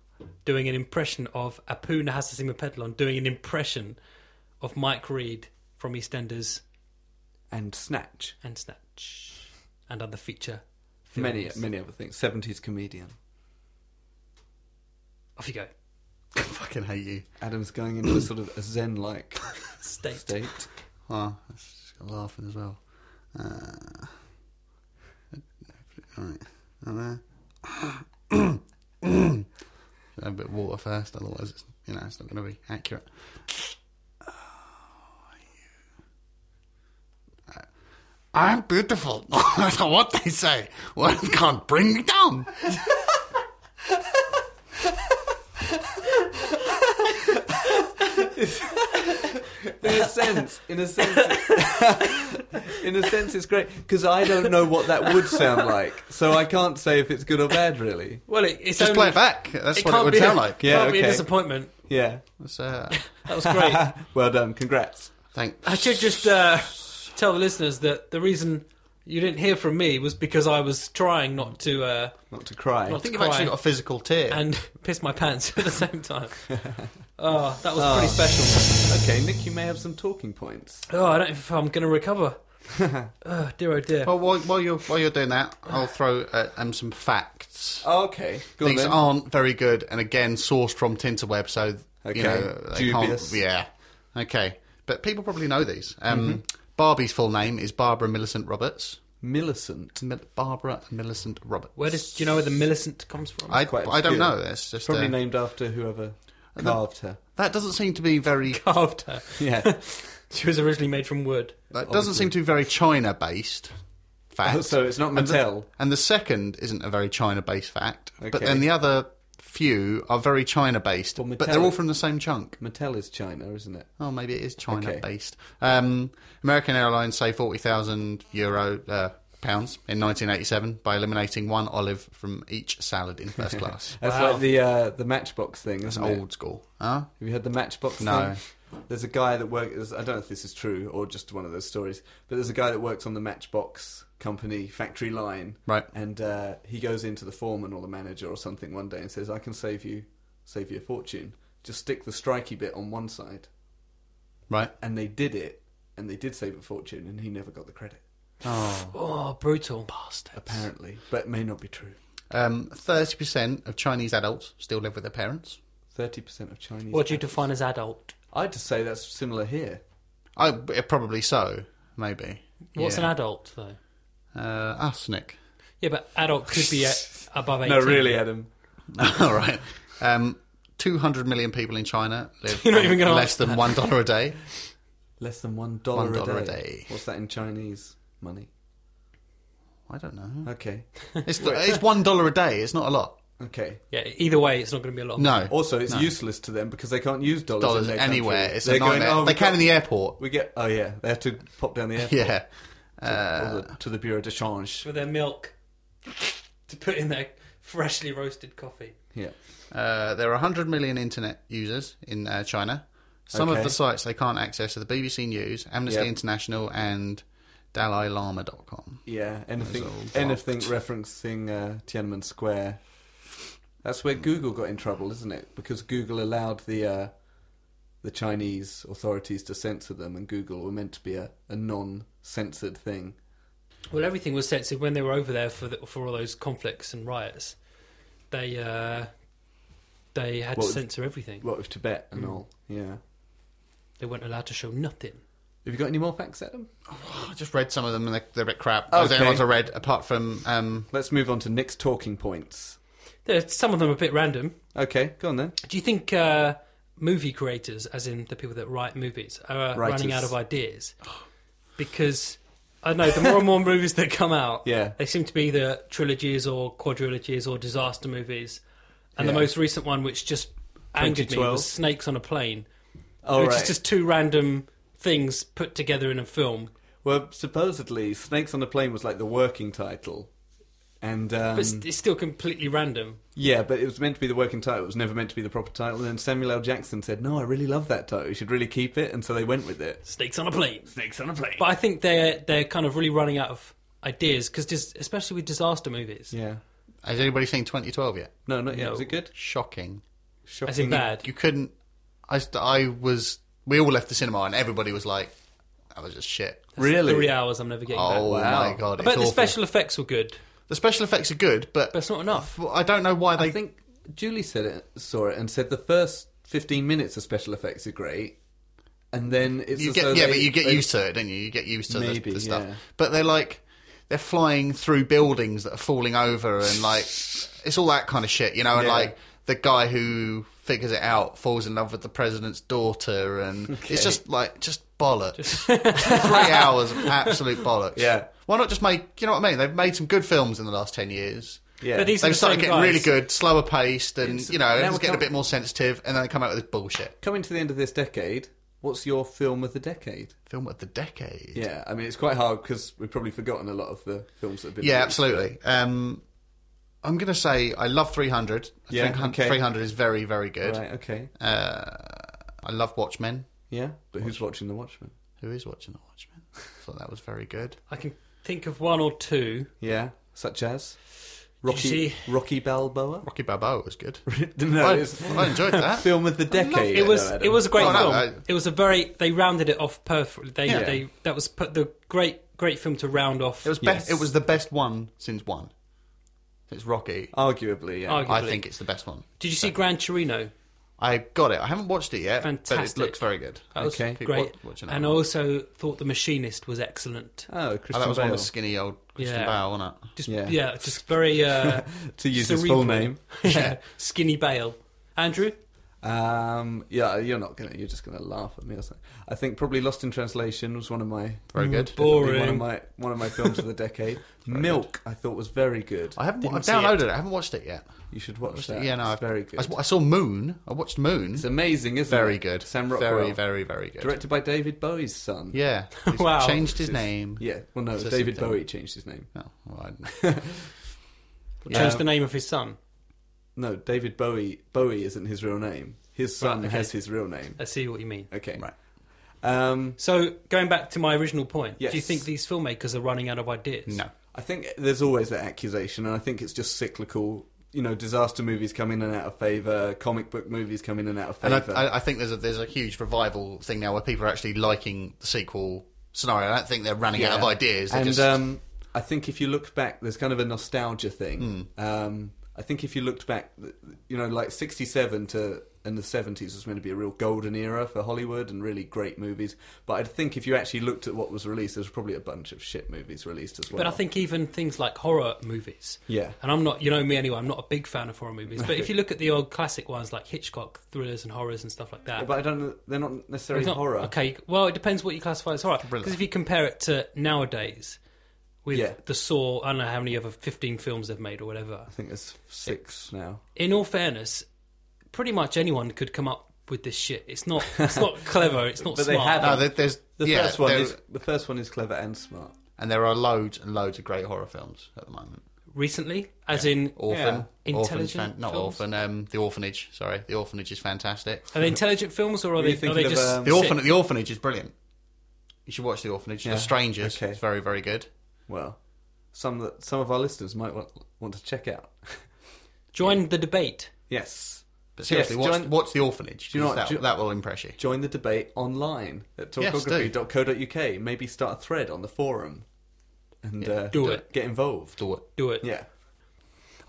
[SPEAKER 3] doing an impression of Apu Nahasasima Petalon doing an impression of Mike Reed from EastEnders
[SPEAKER 2] And Snatch.
[SPEAKER 3] and Snatch and other feature. Films.
[SPEAKER 2] Many, many other things. 70s comedian.
[SPEAKER 3] Off you go.
[SPEAKER 1] I fucking hate you.
[SPEAKER 2] Adam's going into a sort of a zen like
[SPEAKER 3] State.
[SPEAKER 2] state.
[SPEAKER 1] Oh, that's just got laughing as well. Uh, all right. Uh, a bit of water first, otherwise it's you know it's not going to be accurate. Oh, Uh, I'm beautiful. No matter what they say, words can't bring me down.
[SPEAKER 2] In a sense, in a sense, in a sense, it's great because I don't know what that would sound like, so I can't say if it's good or bad, really.
[SPEAKER 3] Well, it, it's
[SPEAKER 1] Just
[SPEAKER 3] only,
[SPEAKER 1] play it back. That's
[SPEAKER 3] it
[SPEAKER 1] what
[SPEAKER 3] can't
[SPEAKER 1] it would
[SPEAKER 3] be a-
[SPEAKER 1] sound like.
[SPEAKER 2] Yeah,
[SPEAKER 3] can't be a
[SPEAKER 2] okay.
[SPEAKER 3] disappointment.
[SPEAKER 2] Yeah.
[SPEAKER 1] That's, uh,
[SPEAKER 3] That was great.
[SPEAKER 2] well done. Congrats.
[SPEAKER 1] thanks.
[SPEAKER 3] I should just uh, tell the listeners that the reason you didn't hear from me was because I was trying not to uh,
[SPEAKER 2] Not to cry.
[SPEAKER 1] I think you've actually got a physical tear.
[SPEAKER 3] and piss my pants at the same time. oh, that was pretty special.
[SPEAKER 2] Okay, Nick, you may have some talking points.
[SPEAKER 3] Oh, I don't know if I'm going to recover. oh, dear, oh dear.
[SPEAKER 1] Well, while, while you're while you're doing that, I'll throw uh, um, some facts.
[SPEAKER 2] Okay. Go on
[SPEAKER 1] These
[SPEAKER 2] then.
[SPEAKER 1] aren't very good, and again, sourced from Tinterweb, so
[SPEAKER 2] Okay.
[SPEAKER 1] you know they
[SPEAKER 2] Dubious.
[SPEAKER 1] can't. Yeah, okay, but people probably know these. Um,
[SPEAKER 2] Mm-hmm.
[SPEAKER 1] Barbie's full name is Barbara Millicent Roberts.
[SPEAKER 2] Millicent.
[SPEAKER 1] Mil- Barbara Millicent Roberts.
[SPEAKER 3] where does do you know where the Millicent comes from?
[SPEAKER 1] I,
[SPEAKER 2] quite
[SPEAKER 1] I don't
[SPEAKER 2] obscure.
[SPEAKER 1] know. That's just
[SPEAKER 2] Probably
[SPEAKER 1] uh,
[SPEAKER 2] named after whoever carved her.
[SPEAKER 1] that doesn't seem to be very
[SPEAKER 3] carved her.
[SPEAKER 2] Yeah.
[SPEAKER 3] She was originally made from wood.
[SPEAKER 1] that doesn't seem to be very China based. Fact.
[SPEAKER 2] so it's not
[SPEAKER 1] And the-
[SPEAKER 2] Mattel.
[SPEAKER 1] And the second isn't a very China based fact. But
[SPEAKER 2] Okay.
[SPEAKER 1] then the other few are very China based.
[SPEAKER 2] Well,
[SPEAKER 1] but they're all
[SPEAKER 2] Mattel-
[SPEAKER 1] from the same chunk.
[SPEAKER 2] Mattel is China, isn't it?
[SPEAKER 1] Oh, maybe it is China
[SPEAKER 2] Okay.
[SPEAKER 1] based. Um, American Airlines saved 40,000 euro. Uh, Pounds in 1987 by eliminating one olive from each salad in first class.
[SPEAKER 2] That's
[SPEAKER 3] Wow.
[SPEAKER 2] like the uh, the Matchbox thing.
[SPEAKER 1] That's
[SPEAKER 2] Isn't it?
[SPEAKER 1] old school, huh?
[SPEAKER 2] Have you heard the Matchbox?
[SPEAKER 1] No.
[SPEAKER 2] Thing? There's a guy that works. I don't know if this is true or just one of those stories, but there's a guy that works on the Matchbox company factory line.
[SPEAKER 1] Right.
[SPEAKER 2] And uh, he goes into the foreman or the manager or something one day and says, "I can save you, save you a fortune. Just stick the strikey bit on one side."
[SPEAKER 1] Right.
[SPEAKER 2] And they did it, and they did save a fortune, and he never got the credit.
[SPEAKER 1] Oh.
[SPEAKER 3] Oh, brutal. Bastard.
[SPEAKER 2] Apparently, but it may not be true.
[SPEAKER 1] Um, 30% of Chinese adults still live with their parents.
[SPEAKER 2] Thirty percent of Chinese.
[SPEAKER 3] What do you define as adult?
[SPEAKER 2] I'd just say that's similar here.
[SPEAKER 1] I, probably so, maybe.
[SPEAKER 3] What's
[SPEAKER 1] Yeah.
[SPEAKER 3] an adult, though?
[SPEAKER 1] Uh, us, Nick.
[SPEAKER 3] Yeah, but adult could be a, above 18.
[SPEAKER 2] No, really, Adam.
[SPEAKER 1] All right. Um, 200 million people in China live
[SPEAKER 3] You're not
[SPEAKER 1] on
[SPEAKER 3] even gonna
[SPEAKER 1] less than $1 dollar a day.
[SPEAKER 2] Less than one dollar a,
[SPEAKER 1] $1 a
[SPEAKER 2] day.
[SPEAKER 1] day.
[SPEAKER 2] What's that in Chinese money?
[SPEAKER 1] I don't know.
[SPEAKER 2] Okay,
[SPEAKER 1] It's, it's $1 dollar a day. It's not a lot.
[SPEAKER 2] okay.
[SPEAKER 3] Yeah, either way, it's not going to be a lot.
[SPEAKER 1] No.
[SPEAKER 2] Also, it's
[SPEAKER 1] No.
[SPEAKER 2] useless to them because they can't use dollars, in
[SPEAKER 1] dollars
[SPEAKER 2] their
[SPEAKER 1] anywhere.
[SPEAKER 2] Country.
[SPEAKER 1] It's
[SPEAKER 2] They're
[SPEAKER 1] a nightmare.
[SPEAKER 2] "Oh, we
[SPEAKER 1] they can
[SPEAKER 2] got-
[SPEAKER 1] in the airport.
[SPEAKER 2] We get. Oh yeah, they have to pop down the airport
[SPEAKER 1] Yeah. Uh,
[SPEAKER 2] to, or the, to the bureau de change.
[SPEAKER 3] For their milk to put in their freshly roasted coffee.
[SPEAKER 2] Yeah.
[SPEAKER 1] Uh, there are 100 million internet users in uh, China. Some
[SPEAKER 2] Okay.
[SPEAKER 1] of the sites they can't access are the BBC News, Amnesty
[SPEAKER 2] Yep.
[SPEAKER 1] International, and DalaiLama.com.
[SPEAKER 2] Yeah, anything,
[SPEAKER 1] all blocked.
[SPEAKER 2] anything referencing uh, Tiananmen Square. That's where Google got in trouble, isn't it? Because Google allowed the uh, the Chinese authorities to censor them, and Google were meant to be a, a non-censored thing.
[SPEAKER 3] Well, everything was censored when they were over there for the, for all those conflicts and riots. They uh, they had
[SPEAKER 2] What
[SPEAKER 3] to
[SPEAKER 2] was-
[SPEAKER 3] censor everything.
[SPEAKER 2] What with Tibet
[SPEAKER 1] Hmm.
[SPEAKER 2] and all. Yeah.
[SPEAKER 3] They weren't allowed to show nothing.
[SPEAKER 2] Have you got any more facts, Adam?
[SPEAKER 1] I just read some of them and they're, they're a bit crap. Those are
[SPEAKER 2] Okay.
[SPEAKER 1] the ones I read, apart from um,
[SPEAKER 2] Let's move on to Nick's talking points.
[SPEAKER 3] There's some of them are a bit random.
[SPEAKER 2] Okay, go on then.
[SPEAKER 3] Do you think uh, movie creators, as in the people that write movies, are uh,
[SPEAKER 2] Writers.
[SPEAKER 3] running out of ideas? Because I don't know the more and more movies that come out,
[SPEAKER 2] Yeah.
[SPEAKER 3] they seem to be the trilogies or quadrilogies or disaster movies. And
[SPEAKER 2] Yeah.
[SPEAKER 3] the most recent one, which just angered me,
[SPEAKER 2] 2012.
[SPEAKER 3] was Snakes on a Plane.
[SPEAKER 1] Oh,
[SPEAKER 2] All
[SPEAKER 3] which
[SPEAKER 2] right.
[SPEAKER 3] is just two random things put together in a film.
[SPEAKER 2] Well, supposedly, Snakes on a Plane was like the working title. And um,
[SPEAKER 3] But it's, it's still completely random.
[SPEAKER 2] yeah, but it was meant to be the working title. It was never meant to be the proper title. And then Samuel L. Jackson said, "No, I really love that title. You should really keep it." And so they went with it.
[SPEAKER 3] Snakes on a plane.
[SPEAKER 2] Snakes on a Plane.
[SPEAKER 3] But I think they're they're kind of really running out of ideas because especially with disaster movies,
[SPEAKER 2] Yeah.
[SPEAKER 1] Has anybody seen 2012 yet?
[SPEAKER 2] No, not yet.
[SPEAKER 3] No.
[SPEAKER 2] Was it good?
[SPEAKER 1] Shocking.
[SPEAKER 2] Shocking.
[SPEAKER 3] as in bad.
[SPEAKER 1] You couldn't. I, st- I was. We all left the cinema and everybody was like, that was just shit.
[SPEAKER 2] Really?
[SPEAKER 3] Three hours, I'm never getting
[SPEAKER 1] Oh
[SPEAKER 3] back.
[SPEAKER 2] wow.
[SPEAKER 1] my god!
[SPEAKER 3] I
[SPEAKER 1] It's
[SPEAKER 3] bet the
[SPEAKER 1] awful.
[SPEAKER 3] special effects were good,
[SPEAKER 1] The special effects are good, but,
[SPEAKER 3] but it's not enough.
[SPEAKER 1] I don't know why they
[SPEAKER 2] I think Julie said it, saw it, and said the first fifteen minutes of special effects are great, and then it's
[SPEAKER 1] you
[SPEAKER 2] as
[SPEAKER 1] get
[SPEAKER 2] though
[SPEAKER 1] yeah,
[SPEAKER 2] they-
[SPEAKER 1] but you get
[SPEAKER 2] they-
[SPEAKER 1] used to it, don't you? You get used to
[SPEAKER 2] Maybe,
[SPEAKER 1] the, the stuff.
[SPEAKER 2] yeah.
[SPEAKER 1] But they're like they're flying through buildings that are falling over, and like it's all that kind of shit, you know. And
[SPEAKER 2] Yeah.
[SPEAKER 1] like the guy who figures it out falls in love with the president's daughter, and it's just like just bollocks. Three hours of absolute bollocks.
[SPEAKER 2] Yeah.
[SPEAKER 1] Why not just make? You know what I mean? They've made some good films in the last ten years.
[SPEAKER 2] Yeah.
[SPEAKER 3] But these are the
[SPEAKER 1] They've started
[SPEAKER 3] same
[SPEAKER 1] getting
[SPEAKER 3] guys.
[SPEAKER 1] really good, slower paced, and
[SPEAKER 2] It's-
[SPEAKER 1] you know,
[SPEAKER 2] now
[SPEAKER 1] it's
[SPEAKER 2] we're
[SPEAKER 1] getting a
[SPEAKER 2] com-
[SPEAKER 1] bit more sensitive, and then they come out with this bullshit
[SPEAKER 2] Coming to the end of this decade, what's your film of the decade?
[SPEAKER 1] film of the decade.
[SPEAKER 2] Yeah, I mean it's quite hard because we've probably forgotten a lot of the films that have been.
[SPEAKER 1] Yeah,
[SPEAKER 2] released.
[SPEAKER 1] absolutely. Um, I'm going to say I love 300. I
[SPEAKER 2] Yeah,
[SPEAKER 1] think hun-
[SPEAKER 2] okay.
[SPEAKER 1] 300 is very, very good.
[SPEAKER 2] Right. Okay.
[SPEAKER 1] Uh, I love Watchmen.
[SPEAKER 2] Yeah, but who's watching The Watchmen?
[SPEAKER 1] Who is watching The Watchmen? I thought that was very good.
[SPEAKER 3] I can think of one or two.
[SPEAKER 2] Yeah, such as
[SPEAKER 3] you
[SPEAKER 2] Rocky
[SPEAKER 3] see-
[SPEAKER 2] Rocky Balboa.
[SPEAKER 1] Rocky Balboa was good.
[SPEAKER 2] no,
[SPEAKER 1] I,
[SPEAKER 2] it's
[SPEAKER 1] I enjoyed that.
[SPEAKER 2] film of the decade.
[SPEAKER 3] It was
[SPEAKER 2] though, Adam.
[SPEAKER 3] it was a great
[SPEAKER 1] Oh, no,
[SPEAKER 3] film.
[SPEAKER 1] I-
[SPEAKER 3] It was a very they rounded it off perfectly. They
[SPEAKER 1] Yeah.
[SPEAKER 3] they that was put the great great film to round off.
[SPEAKER 1] It was, be-
[SPEAKER 2] Yes.
[SPEAKER 1] it was the best one since one. It's Rocky.
[SPEAKER 2] arguably. Yeah.
[SPEAKER 3] Argu-
[SPEAKER 1] I
[SPEAKER 3] Arguably.
[SPEAKER 1] think it's the best one.
[SPEAKER 3] Did you see Gran Torino?
[SPEAKER 1] I got it. I haven't watched it yet, but it
[SPEAKER 3] Fantastic.
[SPEAKER 1] looks very good.
[SPEAKER 3] That was
[SPEAKER 2] Okay.
[SPEAKER 1] Keep
[SPEAKER 3] great.
[SPEAKER 1] wa- watching that
[SPEAKER 3] and I
[SPEAKER 1] one.
[SPEAKER 3] also thought The Machinist was excellent.
[SPEAKER 2] oh,
[SPEAKER 1] Oh,
[SPEAKER 2] Christian
[SPEAKER 1] that was one
[SPEAKER 2] Bale.
[SPEAKER 1] with skinny old Christian
[SPEAKER 3] Yeah.
[SPEAKER 1] Bale, wasn't it?
[SPEAKER 3] Just
[SPEAKER 2] Yeah.
[SPEAKER 3] yeah, just very uh,
[SPEAKER 2] to use his
[SPEAKER 3] cerebral.
[SPEAKER 2] full name.
[SPEAKER 3] yeah, skinny Bale. Andrew,
[SPEAKER 2] Um, yeah, you're not gonna. You're just gonna laugh at me or something. I think probably Lost in Translation was one of my
[SPEAKER 1] Very good.
[SPEAKER 2] definitely One of
[SPEAKER 3] Mm, Boring.
[SPEAKER 2] my one of my films of the decade. Milk, I thought was very good.
[SPEAKER 1] I haven't.
[SPEAKER 3] Didn't
[SPEAKER 1] I've
[SPEAKER 3] see
[SPEAKER 1] downloaded it. I haven't watched it yet.
[SPEAKER 2] You should watch
[SPEAKER 1] Watched it.
[SPEAKER 2] that.
[SPEAKER 1] Yeah, no,
[SPEAKER 2] it's
[SPEAKER 1] I've,
[SPEAKER 2] very good.
[SPEAKER 1] I s- I saw Moon. I watched Moon.
[SPEAKER 2] It's amazing, isn't it?
[SPEAKER 1] very good.
[SPEAKER 2] Sam Rockwell,
[SPEAKER 1] Very, very, very good.
[SPEAKER 2] directed by David Bowie's son.
[SPEAKER 1] Yeah. He's
[SPEAKER 3] Wow.
[SPEAKER 1] Changed his
[SPEAKER 2] It's-
[SPEAKER 1] name.
[SPEAKER 2] yeah. Well, no,
[SPEAKER 1] It's the
[SPEAKER 2] David
[SPEAKER 1] same thing.
[SPEAKER 2] Bowie changed his name.
[SPEAKER 1] Oh, well, I didn't-
[SPEAKER 3] change the name of his son.
[SPEAKER 2] No, David Bowie. Bowie isn't his real name. His son
[SPEAKER 3] Right, okay.
[SPEAKER 2] has his real name.
[SPEAKER 3] I see what you mean.
[SPEAKER 2] Okay.
[SPEAKER 1] Right.
[SPEAKER 2] Um,
[SPEAKER 3] So going back to my original point,
[SPEAKER 2] Yes.
[SPEAKER 3] do you think these filmmakers are running out of ideas?
[SPEAKER 1] No.
[SPEAKER 2] I think there's always that accusation, and I think it's just cyclical. You know, disaster movies come in and out of favor, comic book movies come in and out of
[SPEAKER 1] And I,
[SPEAKER 2] favor.
[SPEAKER 1] I, I think there's a, there's a huge revival thing now where people are actually liking the sequel scenario. I don't think they're running out of
[SPEAKER 2] Yeah.
[SPEAKER 1] ideas. They're
[SPEAKER 2] And
[SPEAKER 1] just,
[SPEAKER 2] um, I think if you look back, there's kind of a nostalgia thing.
[SPEAKER 1] Hmm.
[SPEAKER 2] Um, I think if you looked back, th- you know, like '67 to and the '70s was meant to be a real golden era for Hollywood and really great movies. But I think if you actually looked at what was released, there's probably a bunch of shit movies released as well.
[SPEAKER 3] But I think even things like horror movies.
[SPEAKER 2] Yeah.
[SPEAKER 3] And I'm not, you know me anyway, I'm not a big fan of horror movies. But if you look at the old classic ones like Hitchcock thrillers and horrors and stuff like that.
[SPEAKER 2] But I don't. know- They're not necessarily
[SPEAKER 3] it's not-
[SPEAKER 2] horror.
[SPEAKER 3] Okay, well, it depends what you classify as horror. Because if you compare it to nowadays with
[SPEAKER 2] Yeah.
[SPEAKER 3] the Saw, I don't know how many other 15 films they've made or whatever.
[SPEAKER 2] I think there's six now.
[SPEAKER 3] in all fairness, pretty much anyone could come up with this shit. It's not it's not clever, it's not
[SPEAKER 2] But they
[SPEAKER 3] smart.
[SPEAKER 2] haven't.
[SPEAKER 1] no, there, there's
[SPEAKER 2] The
[SPEAKER 1] yeah,
[SPEAKER 2] first one
[SPEAKER 1] there-
[SPEAKER 2] is the first one is clever and smart.
[SPEAKER 1] and there are loads and loads of great horror films at the moment.
[SPEAKER 3] Recently, as in
[SPEAKER 1] Orphan,
[SPEAKER 3] Yeah.
[SPEAKER 1] Orphan's
[SPEAKER 3] Intelligent
[SPEAKER 1] not
[SPEAKER 3] films?
[SPEAKER 1] Orphan. Um, the Orphanage. Sorry, the Orphanage is fantastic.
[SPEAKER 3] are they intelligent films or are
[SPEAKER 2] you
[SPEAKER 3] they are
[SPEAKER 2] thinking
[SPEAKER 3] they
[SPEAKER 2] of,
[SPEAKER 3] just
[SPEAKER 2] um,
[SPEAKER 1] The
[SPEAKER 3] shit?
[SPEAKER 1] Orphan, the Orphanage is brilliant. You should watch The Orphanage.
[SPEAKER 2] Yeah.
[SPEAKER 1] The Strangers
[SPEAKER 2] Okay.
[SPEAKER 1] is very, very good.
[SPEAKER 2] Well, some that some of our listeners might want want to check out.
[SPEAKER 3] Join the debate.
[SPEAKER 2] Yes.
[SPEAKER 1] But seriously,
[SPEAKER 2] Yes,
[SPEAKER 1] watch,
[SPEAKER 2] John-
[SPEAKER 1] watch The Orphanage.
[SPEAKER 2] Do you know
[SPEAKER 1] 'cause
[SPEAKER 2] what,
[SPEAKER 1] that,
[SPEAKER 2] do-
[SPEAKER 1] that will impress you.
[SPEAKER 2] Join the debate online at
[SPEAKER 1] Yes, do.
[SPEAKER 2] talkgeography.co.uk. Maybe start a thread on the forum and uh,
[SPEAKER 3] do it.
[SPEAKER 2] Get involved.
[SPEAKER 1] Do it.
[SPEAKER 3] Do it.
[SPEAKER 2] Yeah.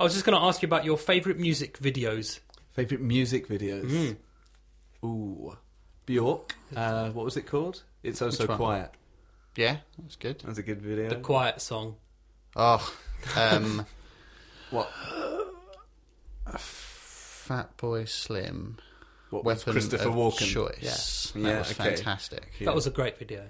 [SPEAKER 3] I was just going to ask you about your favorite music videos.
[SPEAKER 2] Favorite music videos. Mm. Ooh, Bjork. Uh, what was it called? It's oh so
[SPEAKER 1] one?
[SPEAKER 2] quiet.
[SPEAKER 1] Yeah, that's good.
[SPEAKER 2] That's a good video.
[SPEAKER 3] The Quiet Song.
[SPEAKER 1] Oh, um,
[SPEAKER 2] what?
[SPEAKER 1] Fat Boy Slim.
[SPEAKER 2] What was
[SPEAKER 1] Weapon
[SPEAKER 2] Christopher
[SPEAKER 1] of
[SPEAKER 2] Walken?
[SPEAKER 1] Choice.
[SPEAKER 2] Yeah.
[SPEAKER 1] That
[SPEAKER 2] Yeah,
[SPEAKER 1] was
[SPEAKER 2] okay.
[SPEAKER 1] fantastic.
[SPEAKER 2] Yeah.
[SPEAKER 3] That was a great video.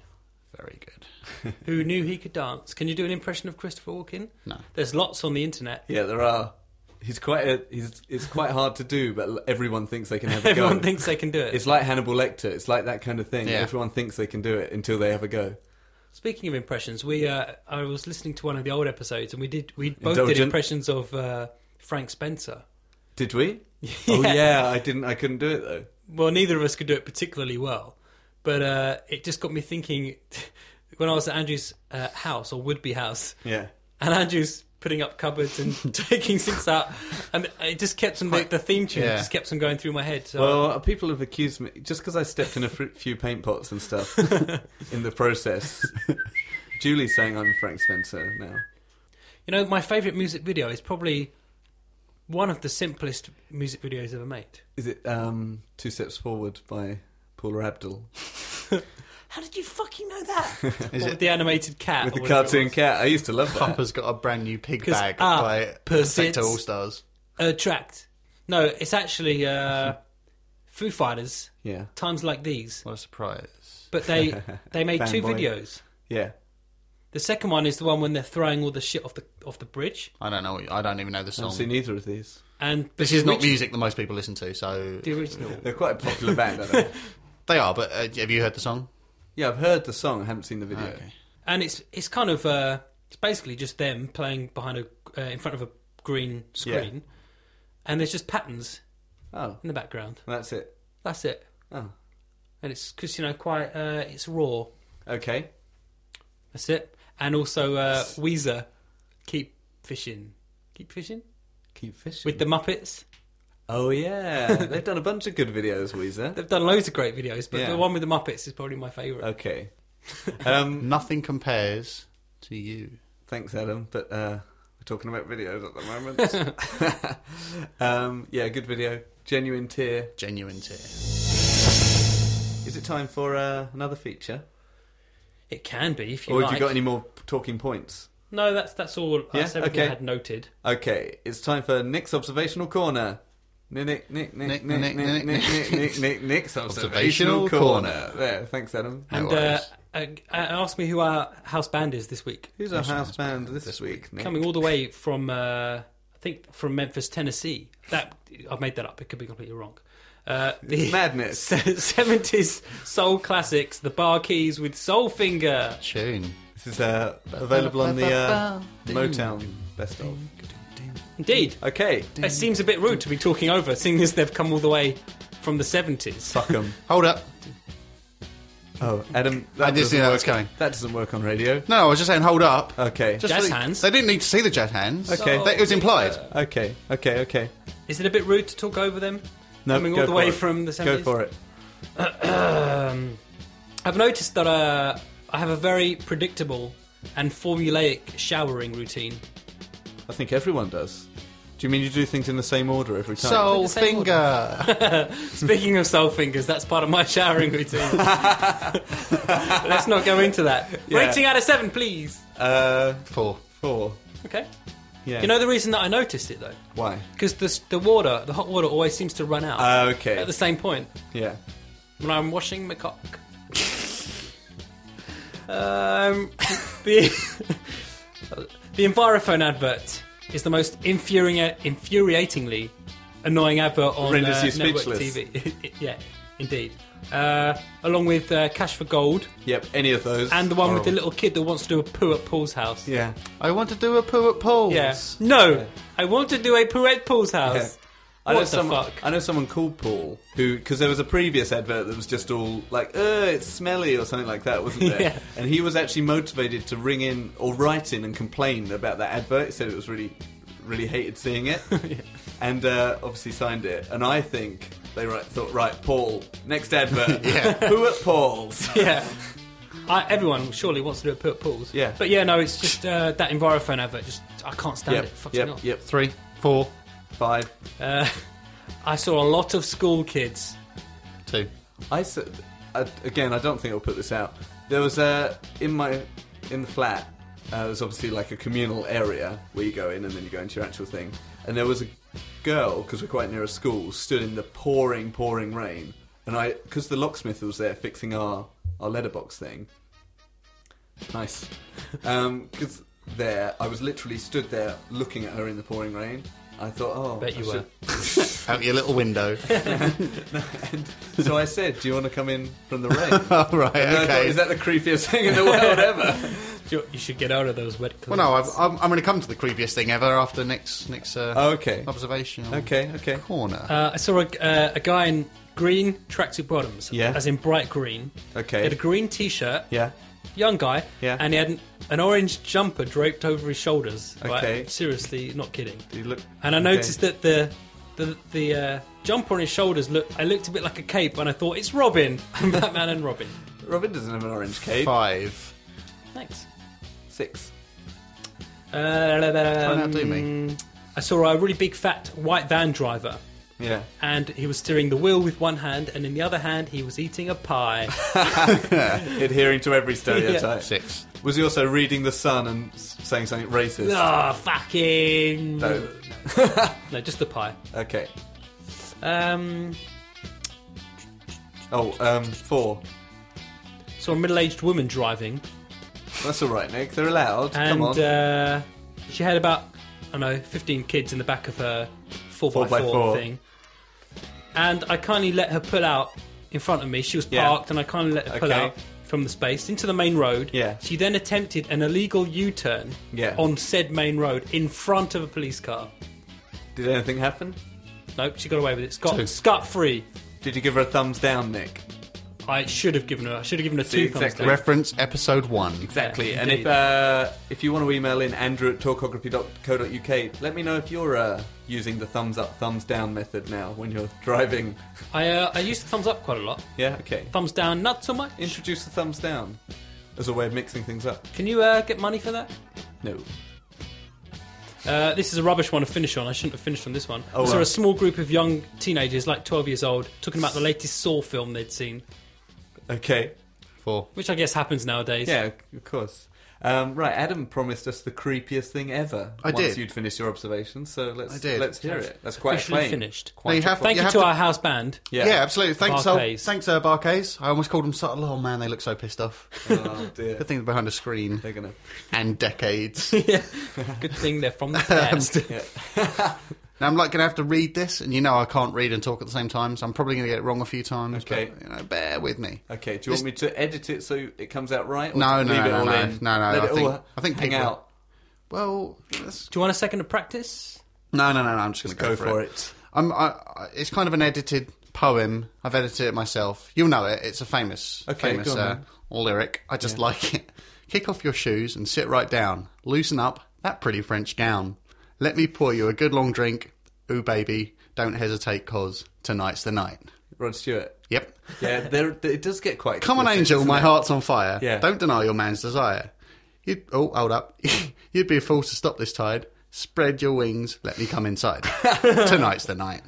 [SPEAKER 1] Very good.
[SPEAKER 3] Who knew he could dance? Can you do an impression of Christopher Walken?
[SPEAKER 1] No.
[SPEAKER 3] There's lots on the internet.
[SPEAKER 2] Yeah, there are. He's quite. A, he's. It's quite hard to do, but everyone thinks they can have a
[SPEAKER 3] Everyone
[SPEAKER 2] go.
[SPEAKER 3] thinks they can do it.
[SPEAKER 2] It's like Hannibal Lecter. It's like that kind of thing.
[SPEAKER 1] Yeah.
[SPEAKER 2] Everyone thinks they can do it until they have a go.
[SPEAKER 3] Speaking of impressions, we uh, I was listening to one of the old episodes, and we did we both did
[SPEAKER 2] Indulgent.
[SPEAKER 3] impressions of uh, Frank Spencer.
[SPEAKER 2] Did we? Oh yeah, I didn't. I couldn't do it though.
[SPEAKER 3] Well, neither of us could do it particularly well, but uh, it just got me thinking. When I was at Andrew's uh, house or would be house,
[SPEAKER 2] Yeah.
[SPEAKER 3] and Andrew's putting up cupboards and taking things out, and it just kept on the, the theme tune
[SPEAKER 1] yeah.
[SPEAKER 3] just kept on going through my head. So
[SPEAKER 2] Well, people have accused me just because I stepped in a fr- few paint pots and stuff in the process. Julie's saying I'm Frank Spencer now.
[SPEAKER 3] you know, my favourite music video is probably one of the simplest music videos ever made.
[SPEAKER 2] Is it um, Two Steps Forward by Paula Abdul
[SPEAKER 3] How did you fucking know that?
[SPEAKER 1] Is
[SPEAKER 3] Or
[SPEAKER 1] it
[SPEAKER 3] with the animated cat?
[SPEAKER 2] with
[SPEAKER 3] or
[SPEAKER 2] the
[SPEAKER 3] whatever it
[SPEAKER 2] cartoon
[SPEAKER 3] was.
[SPEAKER 2] cat? I used to love that.
[SPEAKER 1] Papa's got a brand new pig
[SPEAKER 3] Because
[SPEAKER 1] bag
[SPEAKER 3] our
[SPEAKER 1] by
[SPEAKER 3] pursuits-
[SPEAKER 1] Sector All Stars.
[SPEAKER 3] Attract. Uh, No, it's actually uh, Foo Fighters.
[SPEAKER 2] Yeah,
[SPEAKER 3] Times like these,
[SPEAKER 1] What a surprise.
[SPEAKER 3] but they they made two
[SPEAKER 2] Fanboy.
[SPEAKER 3] videos.
[SPEAKER 2] yeah.
[SPEAKER 3] The second one is the one when they're throwing all the shit off the off the bridge,
[SPEAKER 1] I don't know. I don't even know the
[SPEAKER 2] I've
[SPEAKER 1] song.
[SPEAKER 2] seen either of these.
[SPEAKER 3] and
[SPEAKER 1] This is not
[SPEAKER 3] the,
[SPEAKER 1] music that most people listen to, so
[SPEAKER 3] orig- the original.
[SPEAKER 2] They're quite a popular band. Aren't they?
[SPEAKER 1] they are. But uh, have you heard the song?
[SPEAKER 2] Yeah, I've heard the song. I haven't seen the video.
[SPEAKER 1] Okay.
[SPEAKER 3] And it's it's kind of uh, it's basically just them playing behind a uh, in front of a green screen, and there's just patterns
[SPEAKER 2] Oh,
[SPEAKER 3] in the background.
[SPEAKER 2] that's it.
[SPEAKER 3] That's it,
[SPEAKER 2] Oh,
[SPEAKER 3] and it's because you know quite uh, it's raw.
[SPEAKER 2] okay.
[SPEAKER 3] That's it. And also uh, Weezer, keep fishing, keep fishing
[SPEAKER 2] Keep fishing.
[SPEAKER 3] with the Muppets.
[SPEAKER 2] oh yeah, they've done a bunch of good videos, Weezer.
[SPEAKER 3] They've done loads of great videos, but
[SPEAKER 2] Yeah. Oh.
[SPEAKER 3] the one with the Muppets is probably my favourite.
[SPEAKER 2] Okay. Um,
[SPEAKER 1] Nothing compares to you.
[SPEAKER 2] Thanks, Adam. But uh, we're talking about videos at the moment. um, yeah, good video. Genuine tear.
[SPEAKER 1] Genuine tear.
[SPEAKER 2] Is it time for uh, another feature?
[SPEAKER 3] It can be if you
[SPEAKER 2] or
[SPEAKER 3] like.
[SPEAKER 2] have you got any more talking points?
[SPEAKER 3] No, that's that's all.
[SPEAKER 2] Yeah?
[SPEAKER 3] That's everything I
[SPEAKER 2] Okay.
[SPEAKER 3] had noted.
[SPEAKER 2] Okay, it's time for Nick's observational corner. Nick, Nick, Nick, Nick, Nick, Nick, Nick, Nick, Nick, Nick, Nick's observational
[SPEAKER 1] Observational
[SPEAKER 2] corner. There, thanks, Adam.
[SPEAKER 1] No
[SPEAKER 3] and uh,
[SPEAKER 1] worries.
[SPEAKER 3] uh, uh, ask me who our house band is this week.
[SPEAKER 2] Who's our house band this week? Nick?
[SPEAKER 3] Coming all the way from, uh, I think, from Memphis, Tennessee. That I've made that up. It could be completely wrong. Uh, the
[SPEAKER 2] Madness.
[SPEAKER 3] seventies soul classics, The Bar Keys with Soul Finger.
[SPEAKER 1] Tune.
[SPEAKER 2] This is uh, available on the uh, Motown Best of.
[SPEAKER 3] Indeed,
[SPEAKER 2] Okay,
[SPEAKER 3] it seems a bit rude to be talking over, seeing as they've come all the way from the seventies.
[SPEAKER 2] fuck 'em.
[SPEAKER 1] Hold up.
[SPEAKER 2] Oh, Adam, that
[SPEAKER 1] I just
[SPEAKER 2] doesn't
[SPEAKER 1] knew that
[SPEAKER 2] work.
[SPEAKER 1] was coming.
[SPEAKER 2] That doesn't work on radio.
[SPEAKER 1] No, I was just saying, hold up.
[SPEAKER 2] Okay.
[SPEAKER 1] Just
[SPEAKER 3] Jazz
[SPEAKER 1] really-
[SPEAKER 3] hands?
[SPEAKER 1] They didn't need to see the jazz hands.
[SPEAKER 2] Okay.
[SPEAKER 1] They- it was implied.
[SPEAKER 2] okay. Okay. Okay.
[SPEAKER 3] Is it a bit rude to talk over them?
[SPEAKER 2] No,
[SPEAKER 3] Coming
[SPEAKER 2] go
[SPEAKER 3] all the
[SPEAKER 2] for
[SPEAKER 3] way
[SPEAKER 2] it.
[SPEAKER 3] from the
[SPEAKER 2] Go
[SPEAKER 3] seventies.
[SPEAKER 2] for it.
[SPEAKER 3] Um, I've noticed that uh, I have a very predictable and formulaic showering routine.
[SPEAKER 2] I think everyone does. Do you mean you do things in the same order every time?
[SPEAKER 1] Soul
[SPEAKER 3] Like the same
[SPEAKER 1] finger.
[SPEAKER 3] Speaking of soul fingers, that's part of my showering routine. Let's not go into that.
[SPEAKER 2] Yeah.
[SPEAKER 3] Rating out of seven, please.
[SPEAKER 2] uh,
[SPEAKER 1] Four.
[SPEAKER 2] four.
[SPEAKER 3] Okay.
[SPEAKER 2] Yeah.
[SPEAKER 3] You know the reason that I noticed it though,
[SPEAKER 2] why?
[SPEAKER 3] because the the water, the hot water, always seems to run out
[SPEAKER 2] Uh, okay.
[SPEAKER 3] at the same point
[SPEAKER 2] yeah.
[SPEAKER 3] when I'm washing my cock. um, the the Envirophone advert is the most infuri- infuriatingly annoying advert on
[SPEAKER 2] Renders
[SPEAKER 3] uh,
[SPEAKER 2] you
[SPEAKER 3] network
[SPEAKER 2] speechless.
[SPEAKER 3] TV. yeah, indeed. Uh, along with uh, Cash for Gold
[SPEAKER 2] Yep. Any of those.
[SPEAKER 3] and the one with the
[SPEAKER 1] Horrible.
[SPEAKER 3] little kid that wants to do a poo at Paul's house.
[SPEAKER 2] yeah.
[SPEAKER 1] I want to do a poo at Paul's.
[SPEAKER 3] Yeah. No, I want to do a poo at Paul's house.
[SPEAKER 2] I know
[SPEAKER 3] What the
[SPEAKER 2] someone,
[SPEAKER 3] fuck?
[SPEAKER 2] I know someone called Paul who, because there was a previous advert that was just all like, "Uh, it's smelly" or something like that, wasn't there?
[SPEAKER 3] Yeah.
[SPEAKER 2] And he was actually motivated to ring in or write in and complain about that advert. He said it was really, really hated seeing it, and uh, obviously signed it. And I think they right, thought, right, Paul, next advert,
[SPEAKER 1] Yeah.
[SPEAKER 2] who at Paul's?
[SPEAKER 3] yeah. I, everyone surely wants to do a put pools.
[SPEAKER 2] Yeah.
[SPEAKER 3] But yeah, no, it's just uh, that Envirophone advert. Just I can't stand
[SPEAKER 2] Yep,
[SPEAKER 3] it. Fucks me
[SPEAKER 2] yep,
[SPEAKER 3] off.
[SPEAKER 2] yep.
[SPEAKER 1] Three. Four.
[SPEAKER 2] Five.
[SPEAKER 3] Uh, I saw a lot of school kids.
[SPEAKER 1] Two.
[SPEAKER 2] I s- I- again, I don't think I'll put this out. There was a in my in the flat. Uh, it was obviously like a communal area where you go in and then you go into your actual thing. And there was a girl because we're quite near a school, stood in the pouring, pouring rain. And I because the locksmith was there fixing our our letterbox thing. Nice. Because there, I was literally stood there looking at her in the pouring rain. I thought, oh,
[SPEAKER 3] Bet
[SPEAKER 2] I
[SPEAKER 3] you
[SPEAKER 2] should-
[SPEAKER 3] were.
[SPEAKER 1] Out your little window.
[SPEAKER 2] So I said, "Do you want to come in from the rain?"
[SPEAKER 1] All right.
[SPEAKER 2] And I thought,
[SPEAKER 1] Okay.
[SPEAKER 2] is that the creepiest thing in the world ever?
[SPEAKER 3] You you should get out of those wet.
[SPEAKER 1] well, no. I've, I'm, I'm going to come to the creepiest thing ever after next next uh,
[SPEAKER 2] okay.
[SPEAKER 1] observation.
[SPEAKER 2] Oh. Okay, okay.
[SPEAKER 1] Corner.
[SPEAKER 3] Uh, I saw a, uh, a guy in green tracksuit bottoms.
[SPEAKER 2] Yeah.
[SPEAKER 3] As in bright green. He had a
[SPEAKER 2] Okay.
[SPEAKER 3] green T-shirt.
[SPEAKER 2] Yeah.
[SPEAKER 3] Young guy.
[SPEAKER 2] Yeah.
[SPEAKER 3] And he had an, an orange jumper draped over his shoulders. right?
[SPEAKER 2] Okay.
[SPEAKER 3] Seriously, not kidding.
[SPEAKER 2] You look
[SPEAKER 3] And I
[SPEAKER 2] okay.
[SPEAKER 3] noticed that the the, the uh, jumper on his shoulders looked. I looked a bit like a cape, and I thought it's Robin. I'm Batman and Robin.
[SPEAKER 2] Robin doesn't have an orange cape.
[SPEAKER 1] Five.
[SPEAKER 3] Thanks.
[SPEAKER 2] Six.
[SPEAKER 3] Uh, um,
[SPEAKER 1] outdo me.
[SPEAKER 3] I saw a really big fat white van driver,
[SPEAKER 2] Yeah.
[SPEAKER 3] and he was steering the wheel with one hand, and in the other hand he was eating a pie.
[SPEAKER 2] Adhering to every stereotype.
[SPEAKER 1] Six.
[SPEAKER 2] Was he also reading the Sun and s- saying something racist?
[SPEAKER 3] Ah, fucking.
[SPEAKER 2] No.
[SPEAKER 3] No, just the pie.
[SPEAKER 2] Okay.
[SPEAKER 3] Um,
[SPEAKER 2] Oh, um, four.
[SPEAKER 3] saw a middle-aged woman driving,
[SPEAKER 2] That's all right, Nick. They're allowed. Come
[SPEAKER 3] and
[SPEAKER 2] on.
[SPEAKER 3] uh, she had about I don't know 15 kids in the back of her 4
[SPEAKER 2] Four by
[SPEAKER 3] by 4
[SPEAKER 2] four.
[SPEAKER 3] thing. And I kindly let her pull out in front of me. She was
[SPEAKER 2] Yeah.
[SPEAKER 3] parked, and I kindly let her pull
[SPEAKER 2] Okay.
[SPEAKER 3] out from the space into the main road.
[SPEAKER 2] Yeah.
[SPEAKER 3] She then attempted an illegal U-turn
[SPEAKER 2] Yeah.
[SPEAKER 3] on said main road in front of a police car.
[SPEAKER 2] Did anything happen?
[SPEAKER 3] Nope, she got away with it. Scot
[SPEAKER 1] Two.
[SPEAKER 3] scot free.
[SPEAKER 2] Did you give her a thumbs down, Nick?
[SPEAKER 3] I should have given her. I should have given her two thumbs
[SPEAKER 2] exactly.
[SPEAKER 3] down.
[SPEAKER 1] Reference episode one.
[SPEAKER 2] Exactly.
[SPEAKER 3] Yeah,
[SPEAKER 2] and if
[SPEAKER 3] indeed.
[SPEAKER 2] uh, if you want to email in Andrew at talkography.co.uk, let me know if you're uh, using the thumbs up, thumbs down method now when you're driving.
[SPEAKER 3] I uh, I used the thumbs up quite a lot.
[SPEAKER 2] Yeah. Okay.
[SPEAKER 3] Thumbs down, not so much.
[SPEAKER 2] Introduce the thumbs down as a way of mixing things up.
[SPEAKER 3] Can you uh, get money for that?
[SPEAKER 2] No.
[SPEAKER 3] Uh, this is a rubbish one to finish on. I shouldn't have finished on this one.
[SPEAKER 2] Oh,
[SPEAKER 3] I saw
[SPEAKER 2] well.
[SPEAKER 3] a small group of young teenagers, like 12 years old, talking about the latest Saw film they'd seen,
[SPEAKER 2] Okay.
[SPEAKER 1] Four.
[SPEAKER 3] which I guess happens nowadays.
[SPEAKER 2] Yeah. Of course. Um, right. Adam promised us the creepiest thing ever.
[SPEAKER 1] I
[SPEAKER 2] once
[SPEAKER 1] did.
[SPEAKER 2] You'd finished your observations, so let's
[SPEAKER 1] I did.
[SPEAKER 2] let's hear it. That's quite
[SPEAKER 3] Officially
[SPEAKER 2] plain.
[SPEAKER 3] finished.
[SPEAKER 1] Now you
[SPEAKER 2] Quite.
[SPEAKER 1] have,
[SPEAKER 3] Thank
[SPEAKER 1] you
[SPEAKER 3] you
[SPEAKER 1] have
[SPEAKER 3] to
[SPEAKER 1] to
[SPEAKER 3] our house band.
[SPEAKER 1] Yeah. absolutely. Thanks, uh,
[SPEAKER 3] Barclays.
[SPEAKER 1] thanks, uh, Barclays. I almost called him subtle. Oh man, they look so pissed off.
[SPEAKER 2] Oh dear.
[SPEAKER 1] Good thing they're behind a screen
[SPEAKER 2] They're gonna.
[SPEAKER 1] and decades.
[SPEAKER 3] Yeah. Good thing they're from the past.
[SPEAKER 2] Yeah.
[SPEAKER 1] Now I'm like going to have to read this, and you know I can't read and talk at the same time, so I'm probably going to get it wrong a few times.
[SPEAKER 2] Okay.
[SPEAKER 1] but, you know, bear with me.
[SPEAKER 2] Okay. Do you want me to edit it so it comes out right? or
[SPEAKER 1] No,
[SPEAKER 2] just
[SPEAKER 1] no,
[SPEAKER 2] leave it
[SPEAKER 1] no,
[SPEAKER 2] all
[SPEAKER 1] no.
[SPEAKER 2] in?
[SPEAKER 1] No, no,
[SPEAKER 2] Let
[SPEAKER 1] I
[SPEAKER 2] it
[SPEAKER 1] think-
[SPEAKER 2] all
[SPEAKER 1] I think
[SPEAKER 2] hang
[SPEAKER 1] people-
[SPEAKER 2] out.
[SPEAKER 1] Well, that's...
[SPEAKER 3] Do you want a second to practice?
[SPEAKER 1] no, no, no, no. I'm just going
[SPEAKER 2] Just
[SPEAKER 1] to go, for, it.
[SPEAKER 2] it.
[SPEAKER 1] I'm, I, I, it's kind of an edited poem. I've edited it myself. You'll know it. It's a famous,
[SPEAKER 2] Okay,
[SPEAKER 1] famous
[SPEAKER 2] go on
[SPEAKER 1] uh,
[SPEAKER 2] then.
[SPEAKER 1] lyric. I just like it. Kick off your shoes and sit right down. Loosen up that pretty French gown. Let me pour you a good long drink. Ooh, baby, don't hesitate, cause tonight's the night.
[SPEAKER 2] Rod Stewart.
[SPEAKER 1] Yep.
[SPEAKER 2] Yeah, there, it does get quite.
[SPEAKER 1] Come on,
[SPEAKER 2] explicit,
[SPEAKER 1] angel,
[SPEAKER 2] doesn't
[SPEAKER 1] my
[SPEAKER 2] it?
[SPEAKER 1] heart's on fire.
[SPEAKER 2] Yeah.
[SPEAKER 1] Don't deny your man's desire. You'd, oh, hold up. You'd be a fool to stop this tide. Spread your wings. Let me come inside. Tonight's the night.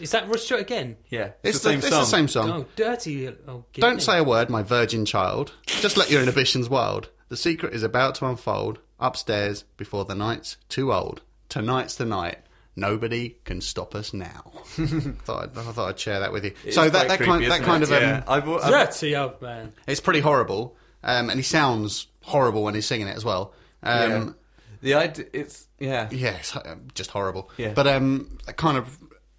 [SPEAKER 3] Is that Rod Stewart again?
[SPEAKER 2] Yeah,
[SPEAKER 1] It's, the, it's the same
[SPEAKER 2] Um,
[SPEAKER 1] song.
[SPEAKER 3] Oh, dirty. Oh,
[SPEAKER 1] Don't say a word, my virgin child. Just let your inhibitions wild. The secret is about to unfold. Upstairs, before the night's too old. Tonight's the night. Nobody can stop us now. thought I'd, I thought I'd share that with you.
[SPEAKER 2] It
[SPEAKER 1] so
[SPEAKER 2] is
[SPEAKER 1] that,
[SPEAKER 2] quite
[SPEAKER 1] that
[SPEAKER 2] creepy,
[SPEAKER 1] kind that
[SPEAKER 2] isn't
[SPEAKER 1] kind
[SPEAKER 2] it?
[SPEAKER 1] of
[SPEAKER 2] Yeah.
[SPEAKER 1] um,
[SPEAKER 2] I've, I've,
[SPEAKER 3] dirty old man.
[SPEAKER 1] it's pretty horrible. Um, and he sounds horrible when he's singing it as well. Um,
[SPEAKER 2] the idea it's yeah
[SPEAKER 1] yeah, it's uh, just horrible.
[SPEAKER 2] Yeah.
[SPEAKER 1] But um, kind of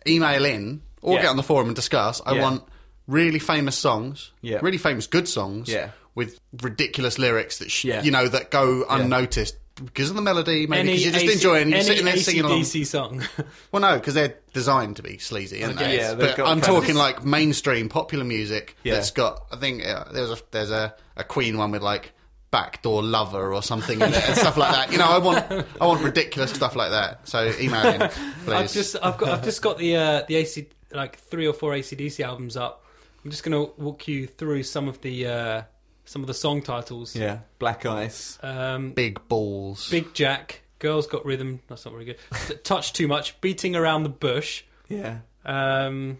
[SPEAKER 1] email in or
[SPEAKER 2] Yeah.
[SPEAKER 1] get on the forum and discuss. I
[SPEAKER 2] Yeah.
[SPEAKER 1] want really famous songs,
[SPEAKER 2] Yeah.
[SPEAKER 1] really famous good songs,
[SPEAKER 2] Yeah.
[SPEAKER 1] with ridiculous lyrics that sh-
[SPEAKER 2] Yeah.
[SPEAKER 1] you know that go unnoticed because of the melody, maybe because you're just
[SPEAKER 3] AC
[SPEAKER 1] enjoying you're
[SPEAKER 3] any
[SPEAKER 1] sitting there singing along.
[SPEAKER 3] AC/DC song.
[SPEAKER 1] Well, no, because they're designed to be sleazy, aren't
[SPEAKER 2] Okay,
[SPEAKER 1] they?
[SPEAKER 2] yeah, they've
[SPEAKER 1] but
[SPEAKER 2] got
[SPEAKER 1] I'm
[SPEAKER 2] kind
[SPEAKER 1] talking
[SPEAKER 2] of-
[SPEAKER 1] like mainstream popular music
[SPEAKER 2] Yeah.
[SPEAKER 1] that's got. I think uh, there's a there's a, a Queen one with like backdoor lover or something in it and stuff like that. You know, I want I want ridiculous stuff like that. So email in, please.
[SPEAKER 3] I've just I've got I've just got the uh, the AC like three or four ACDC albums up. I'm just gonna walk you through some of the uh, some of the song titles.
[SPEAKER 2] yeah black ice
[SPEAKER 3] Um,
[SPEAKER 1] Big balls.
[SPEAKER 3] Big Jack, Girls Got Rhythm. That's not very good. T- Touch too much. Beating around the bush.
[SPEAKER 2] yeah
[SPEAKER 3] Um,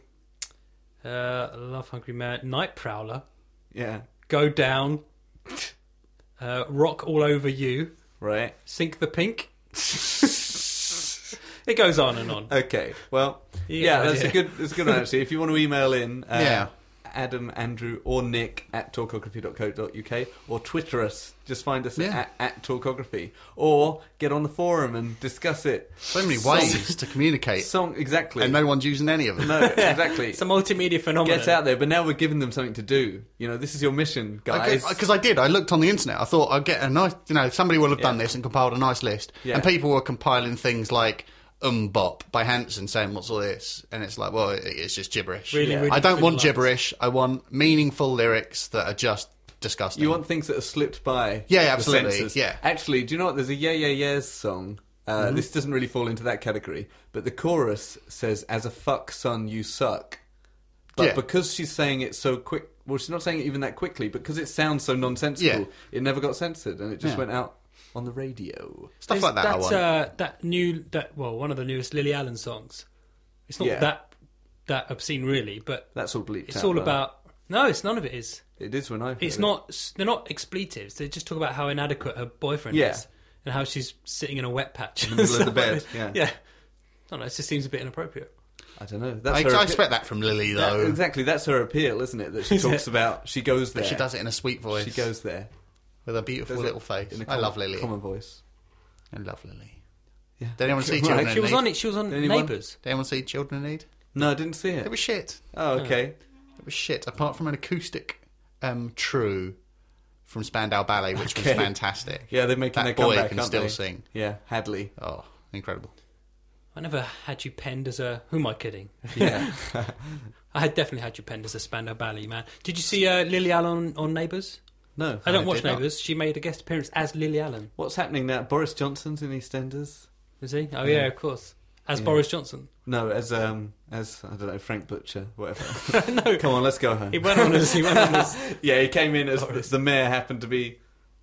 [SPEAKER 3] uh, Love Hungry Man. Night Prowler.
[SPEAKER 2] yeah
[SPEAKER 3] Go down. Uh, rock all over you.
[SPEAKER 2] right
[SPEAKER 3] Sink the pink. it goes on and on.
[SPEAKER 2] okay well
[SPEAKER 3] You
[SPEAKER 2] yeah
[SPEAKER 3] get the
[SPEAKER 2] that's a
[SPEAKER 3] idea.
[SPEAKER 2] good that's a good one actually if you want to email in uh,
[SPEAKER 1] Yeah.
[SPEAKER 2] Adam Andrew or Nick at talkography.co.uk or Twitter us just find us
[SPEAKER 1] Yeah.
[SPEAKER 2] at, at talkography or get on the forum and discuss it
[SPEAKER 1] so many ways to communicate,
[SPEAKER 2] song exactly
[SPEAKER 1] and no one's using any of them.
[SPEAKER 2] no exactly
[SPEAKER 3] It's a multimedia phenomenon.
[SPEAKER 2] get out there but now we're giving them something to do you know this is your mission guys
[SPEAKER 1] Because I did, I looked on the internet. I thought I'd get a nice, you know, somebody will have done
[SPEAKER 2] Yeah.
[SPEAKER 1] this and compiled a nice list.
[SPEAKER 2] Yeah.
[SPEAKER 1] And people were compiling things like "Umbop" by Hanson, saying, "What's all this?" And it's like, well, it, it's just gibberish.
[SPEAKER 3] Really,
[SPEAKER 2] Yeah.
[SPEAKER 3] really
[SPEAKER 1] I don't
[SPEAKER 3] good
[SPEAKER 1] want
[SPEAKER 3] lines.
[SPEAKER 1] gibberish. I want meaningful lyrics that are just disgusting.
[SPEAKER 2] You want things that have slipped by.
[SPEAKER 1] Yeah, yeah,
[SPEAKER 2] the
[SPEAKER 1] absolutely,
[SPEAKER 2] censors.
[SPEAKER 1] yeah. Mm-hmm.
[SPEAKER 2] Actually, do you know what? There's a Yeah Yeah Yeahs song. Uh, This doesn't really fall into that category, but the chorus says, "As a fuck son, you suck." But
[SPEAKER 1] Yeah.
[SPEAKER 2] because she's saying it so quick, well, she's not saying it even that quickly. Because it sounds so nonsensical,
[SPEAKER 1] Yeah.
[SPEAKER 2] it never got censored, and it just
[SPEAKER 1] Yeah.
[SPEAKER 2] went out on the radio.
[SPEAKER 1] stuff like that. I want.
[SPEAKER 3] Uh, that new, that well, one of the newest Lily Allen songs. It's not
[SPEAKER 2] Yeah.
[SPEAKER 3] that that obscene, really, but
[SPEAKER 2] That's all bleeped out.
[SPEAKER 3] it's all
[SPEAKER 2] though.
[SPEAKER 3] about. No, it's none of it is.
[SPEAKER 2] It is when I. heard
[SPEAKER 3] It's
[SPEAKER 2] it.
[SPEAKER 3] not. They're not expletives. They just talk about how inadequate her boyfriend
[SPEAKER 2] Yeah.
[SPEAKER 3] is and how she's sitting in a wet patch in
[SPEAKER 2] the middle of the bed, yeah.
[SPEAKER 3] yeah. I don't know. It just seems a bit inappropriate.
[SPEAKER 2] I don't know. That's
[SPEAKER 1] I,
[SPEAKER 2] her
[SPEAKER 1] I
[SPEAKER 2] appe-
[SPEAKER 1] expect that from Lily,
[SPEAKER 2] Yeah,
[SPEAKER 1] though.
[SPEAKER 2] exactly. That's her appeal, isn't it? That she talks about. She goes there.
[SPEAKER 1] She does it in a sweet voice.
[SPEAKER 2] She goes there.
[SPEAKER 1] with a beautiful
[SPEAKER 2] Does it
[SPEAKER 1] little face.
[SPEAKER 2] in a
[SPEAKER 1] I
[SPEAKER 2] common-
[SPEAKER 1] love Lily.
[SPEAKER 2] Common voice.
[SPEAKER 1] I love Lily.
[SPEAKER 2] Yeah.
[SPEAKER 1] Did anyone see
[SPEAKER 2] Right.
[SPEAKER 1] children?
[SPEAKER 2] She
[SPEAKER 1] in
[SPEAKER 3] She was
[SPEAKER 1] need?
[SPEAKER 3] on it. She was on
[SPEAKER 2] Anyone?
[SPEAKER 3] Neighbours.
[SPEAKER 1] Did anyone see Children in Need?
[SPEAKER 2] No, I didn't see it.
[SPEAKER 1] It was shit.
[SPEAKER 2] Oh, okay.
[SPEAKER 1] It was shit, apart from an acoustic um, True from Spandau Ballet, which
[SPEAKER 2] Okay.
[SPEAKER 1] was fantastic.
[SPEAKER 2] Yeah, they're making
[SPEAKER 1] That
[SPEAKER 2] their
[SPEAKER 1] boy
[SPEAKER 2] comeback,
[SPEAKER 1] can
[SPEAKER 2] aren't
[SPEAKER 1] still
[SPEAKER 2] they?
[SPEAKER 1] sing.
[SPEAKER 2] Yeah, Hadley.
[SPEAKER 1] Oh, incredible.
[SPEAKER 3] I never had you penned as a. Who am I kidding?
[SPEAKER 2] Yeah.
[SPEAKER 3] I had definitely had you penned as a Spandau Ballet man. Did you see uh, Lily Allen on, on Neighbours?
[SPEAKER 2] no, uh,
[SPEAKER 3] I don't watch
[SPEAKER 1] did not.
[SPEAKER 3] Neighbours. She made a guest appearance as Lily Allen.
[SPEAKER 2] What's happening now? Boris Johnson's in EastEnders.
[SPEAKER 3] Is he? Oh yeah, of course. As
[SPEAKER 2] Yeah.
[SPEAKER 3] Boris Johnson.
[SPEAKER 2] No, as um, as I don't know, Frank Butcher, whatever.
[SPEAKER 3] no,
[SPEAKER 2] Come on, let's go home.
[SPEAKER 3] he went on as he went on as
[SPEAKER 2] yeah, he came in as the mayor happened to be,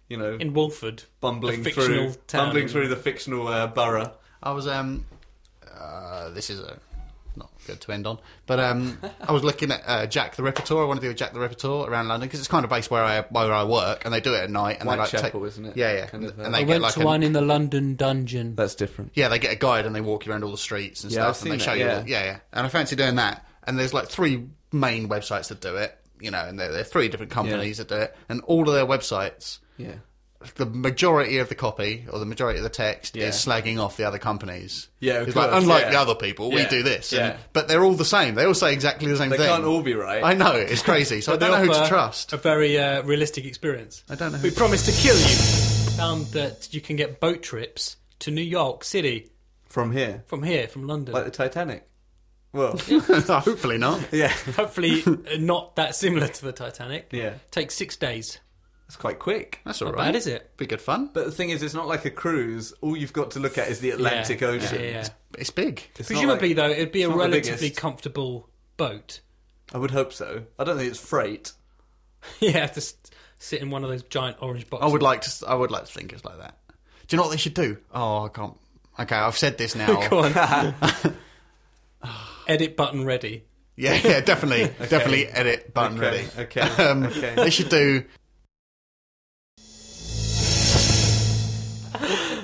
[SPEAKER 2] you know,
[SPEAKER 3] in Wolford.
[SPEAKER 2] bumbling
[SPEAKER 3] the fictional
[SPEAKER 2] through,
[SPEAKER 3] town.
[SPEAKER 2] bumbling through the fictional uh, borough.
[SPEAKER 1] I was um, uh, this is a not good to end on, but um, I was looking at uh, Jack the Repertoire. I want to do a Jack the Repertoire around London because it's kind of based where I where I work, and they do it at night. And they like
[SPEAKER 2] Whitechapel,
[SPEAKER 1] take,
[SPEAKER 2] isn't it?
[SPEAKER 1] yeah, yeah,
[SPEAKER 2] Kind of, uh,
[SPEAKER 1] and
[SPEAKER 3] I
[SPEAKER 1] they get
[SPEAKER 3] went
[SPEAKER 1] like
[SPEAKER 3] to
[SPEAKER 1] an-
[SPEAKER 3] one in the London dungeon.
[SPEAKER 2] That's different.
[SPEAKER 1] Yeah, they get a guide and they walk you around all the streets and
[SPEAKER 2] Yeah,
[SPEAKER 1] stuff,
[SPEAKER 2] I've
[SPEAKER 1] and they
[SPEAKER 2] seen
[SPEAKER 1] show
[SPEAKER 2] that,
[SPEAKER 1] you.
[SPEAKER 2] yeah.
[SPEAKER 1] all- yeah, yeah. And I fancy doing that. And there's like three main websites that do it, you know, and they're, they're three different companies that do it, and all of their websites,
[SPEAKER 2] Yeah,
[SPEAKER 1] the majority of the copy or the majority of the text
[SPEAKER 2] Yeah.
[SPEAKER 1] is slagging off the other companies.
[SPEAKER 2] Yeah, of
[SPEAKER 1] it's like
[SPEAKER 2] course,
[SPEAKER 1] unlike
[SPEAKER 2] yeah.
[SPEAKER 1] the other people, we
[SPEAKER 2] Yeah,
[SPEAKER 1] do this,
[SPEAKER 2] yeah.
[SPEAKER 1] and, but they're all the same. They all say exactly the same
[SPEAKER 2] they
[SPEAKER 1] thing.
[SPEAKER 2] can't all be right.
[SPEAKER 1] I know it's crazy, so I
[SPEAKER 3] They
[SPEAKER 1] don't know who to
[SPEAKER 3] offer
[SPEAKER 1] trust.
[SPEAKER 3] A very uh, realistic experience.
[SPEAKER 1] I don't know.
[SPEAKER 3] We
[SPEAKER 1] Who...
[SPEAKER 3] promised to kill you. Found that you can get boat trips to New York City
[SPEAKER 2] From here,
[SPEAKER 3] from here, from London.
[SPEAKER 2] like the Titanic. Well,
[SPEAKER 1] Hopefully not.
[SPEAKER 2] yeah,
[SPEAKER 3] Hopefully, uh, not that similar to the Titanic.
[SPEAKER 2] yeah,
[SPEAKER 3] Takes six days.
[SPEAKER 2] it's quite quick.
[SPEAKER 1] That's all
[SPEAKER 3] Not
[SPEAKER 1] right.
[SPEAKER 3] bad, is it?
[SPEAKER 1] Be good fun.
[SPEAKER 2] But the thing is, it's not like a cruise. All you've got to look at is the
[SPEAKER 3] Yeah,
[SPEAKER 2] Atlantic
[SPEAKER 3] yeah,
[SPEAKER 2] Ocean.
[SPEAKER 3] yeah.
[SPEAKER 1] It's big.
[SPEAKER 2] It's not
[SPEAKER 3] Presumably,
[SPEAKER 2] like-
[SPEAKER 3] though, it'd be
[SPEAKER 2] it's
[SPEAKER 3] a
[SPEAKER 2] not the
[SPEAKER 3] relatively
[SPEAKER 2] biggest.
[SPEAKER 3] comfortable boat.
[SPEAKER 2] I would hope so. I don't think it's freight.
[SPEAKER 3] you have to s- sit in one of those giant orange
[SPEAKER 1] I
[SPEAKER 3] boxes.
[SPEAKER 1] would like to. I would like to think it's like that. Do you know what they should do? Oh, I can't. Okay, I've said this
[SPEAKER 2] Oh.
[SPEAKER 1] now.
[SPEAKER 3] Go on. Edit button ready.
[SPEAKER 1] yeah, yeah, definitely, definitely. Edit button ready.
[SPEAKER 2] Okay, okay,
[SPEAKER 1] Um,
[SPEAKER 2] okay.
[SPEAKER 1] They should do.
[SPEAKER 3] Uh.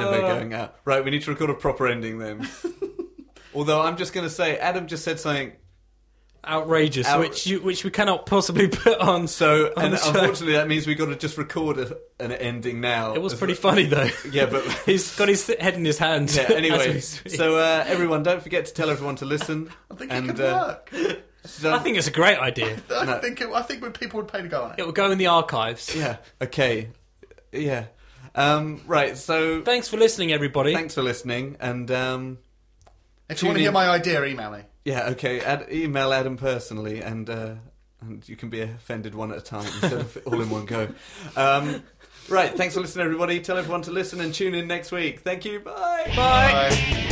[SPEAKER 2] Never going out. Right, we need to record a proper ending then. Although I'm just going to say, Adam just said something.
[SPEAKER 3] Outrageous,
[SPEAKER 2] Out-
[SPEAKER 3] which you, which we cannot possibly put on.
[SPEAKER 2] So,
[SPEAKER 3] on
[SPEAKER 2] and
[SPEAKER 3] the show.
[SPEAKER 2] unfortunately, that means we've got to just record a, an ending now.
[SPEAKER 3] it was
[SPEAKER 2] As-
[SPEAKER 3] pretty funny though.
[SPEAKER 2] Yeah, but
[SPEAKER 3] He's got his head in his hands.
[SPEAKER 2] Yeah,
[SPEAKER 3] as
[SPEAKER 2] anyway,
[SPEAKER 3] we speak.
[SPEAKER 2] so uh, everyone, don't forget to tell everyone to listen.
[SPEAKER 1] I think
[SPEAKER 2] and,
[SPEAKER 1] it could
[SPEAKER 2] uh,
[SPEAKER 1] work.
[SPEAKER 2] don't-
[SPEAKER 3] I think it's a great idea.
[SPEAKER 1] I
[SPEAKER 2] no.
[SPEAKER 1] think. It, I think when people would pay to go on
[SPEAKER 3] It
[SPEAKER 1] it.
[SPEAKER 3] will go in the archives.
[SPEAKER 2] Yeah. Okay. Yeah. Um, right. So
[SPEAKER 3] Thanks for listening, everybody.
[SPEAKER 2] thanks for listening, and um,
[SPEAKER 1] If you want to hear my idea, email me.
[SPEAKER 2] yeah. Okay. Ad- email Adam personally, and uh, and you can be offended one at a time instead of all in one go. Um, right. Thanks for listening, everybody. Tell everyone to listen and tune in next week. Thank you. Bye.
[SPEAKER 1] Bye.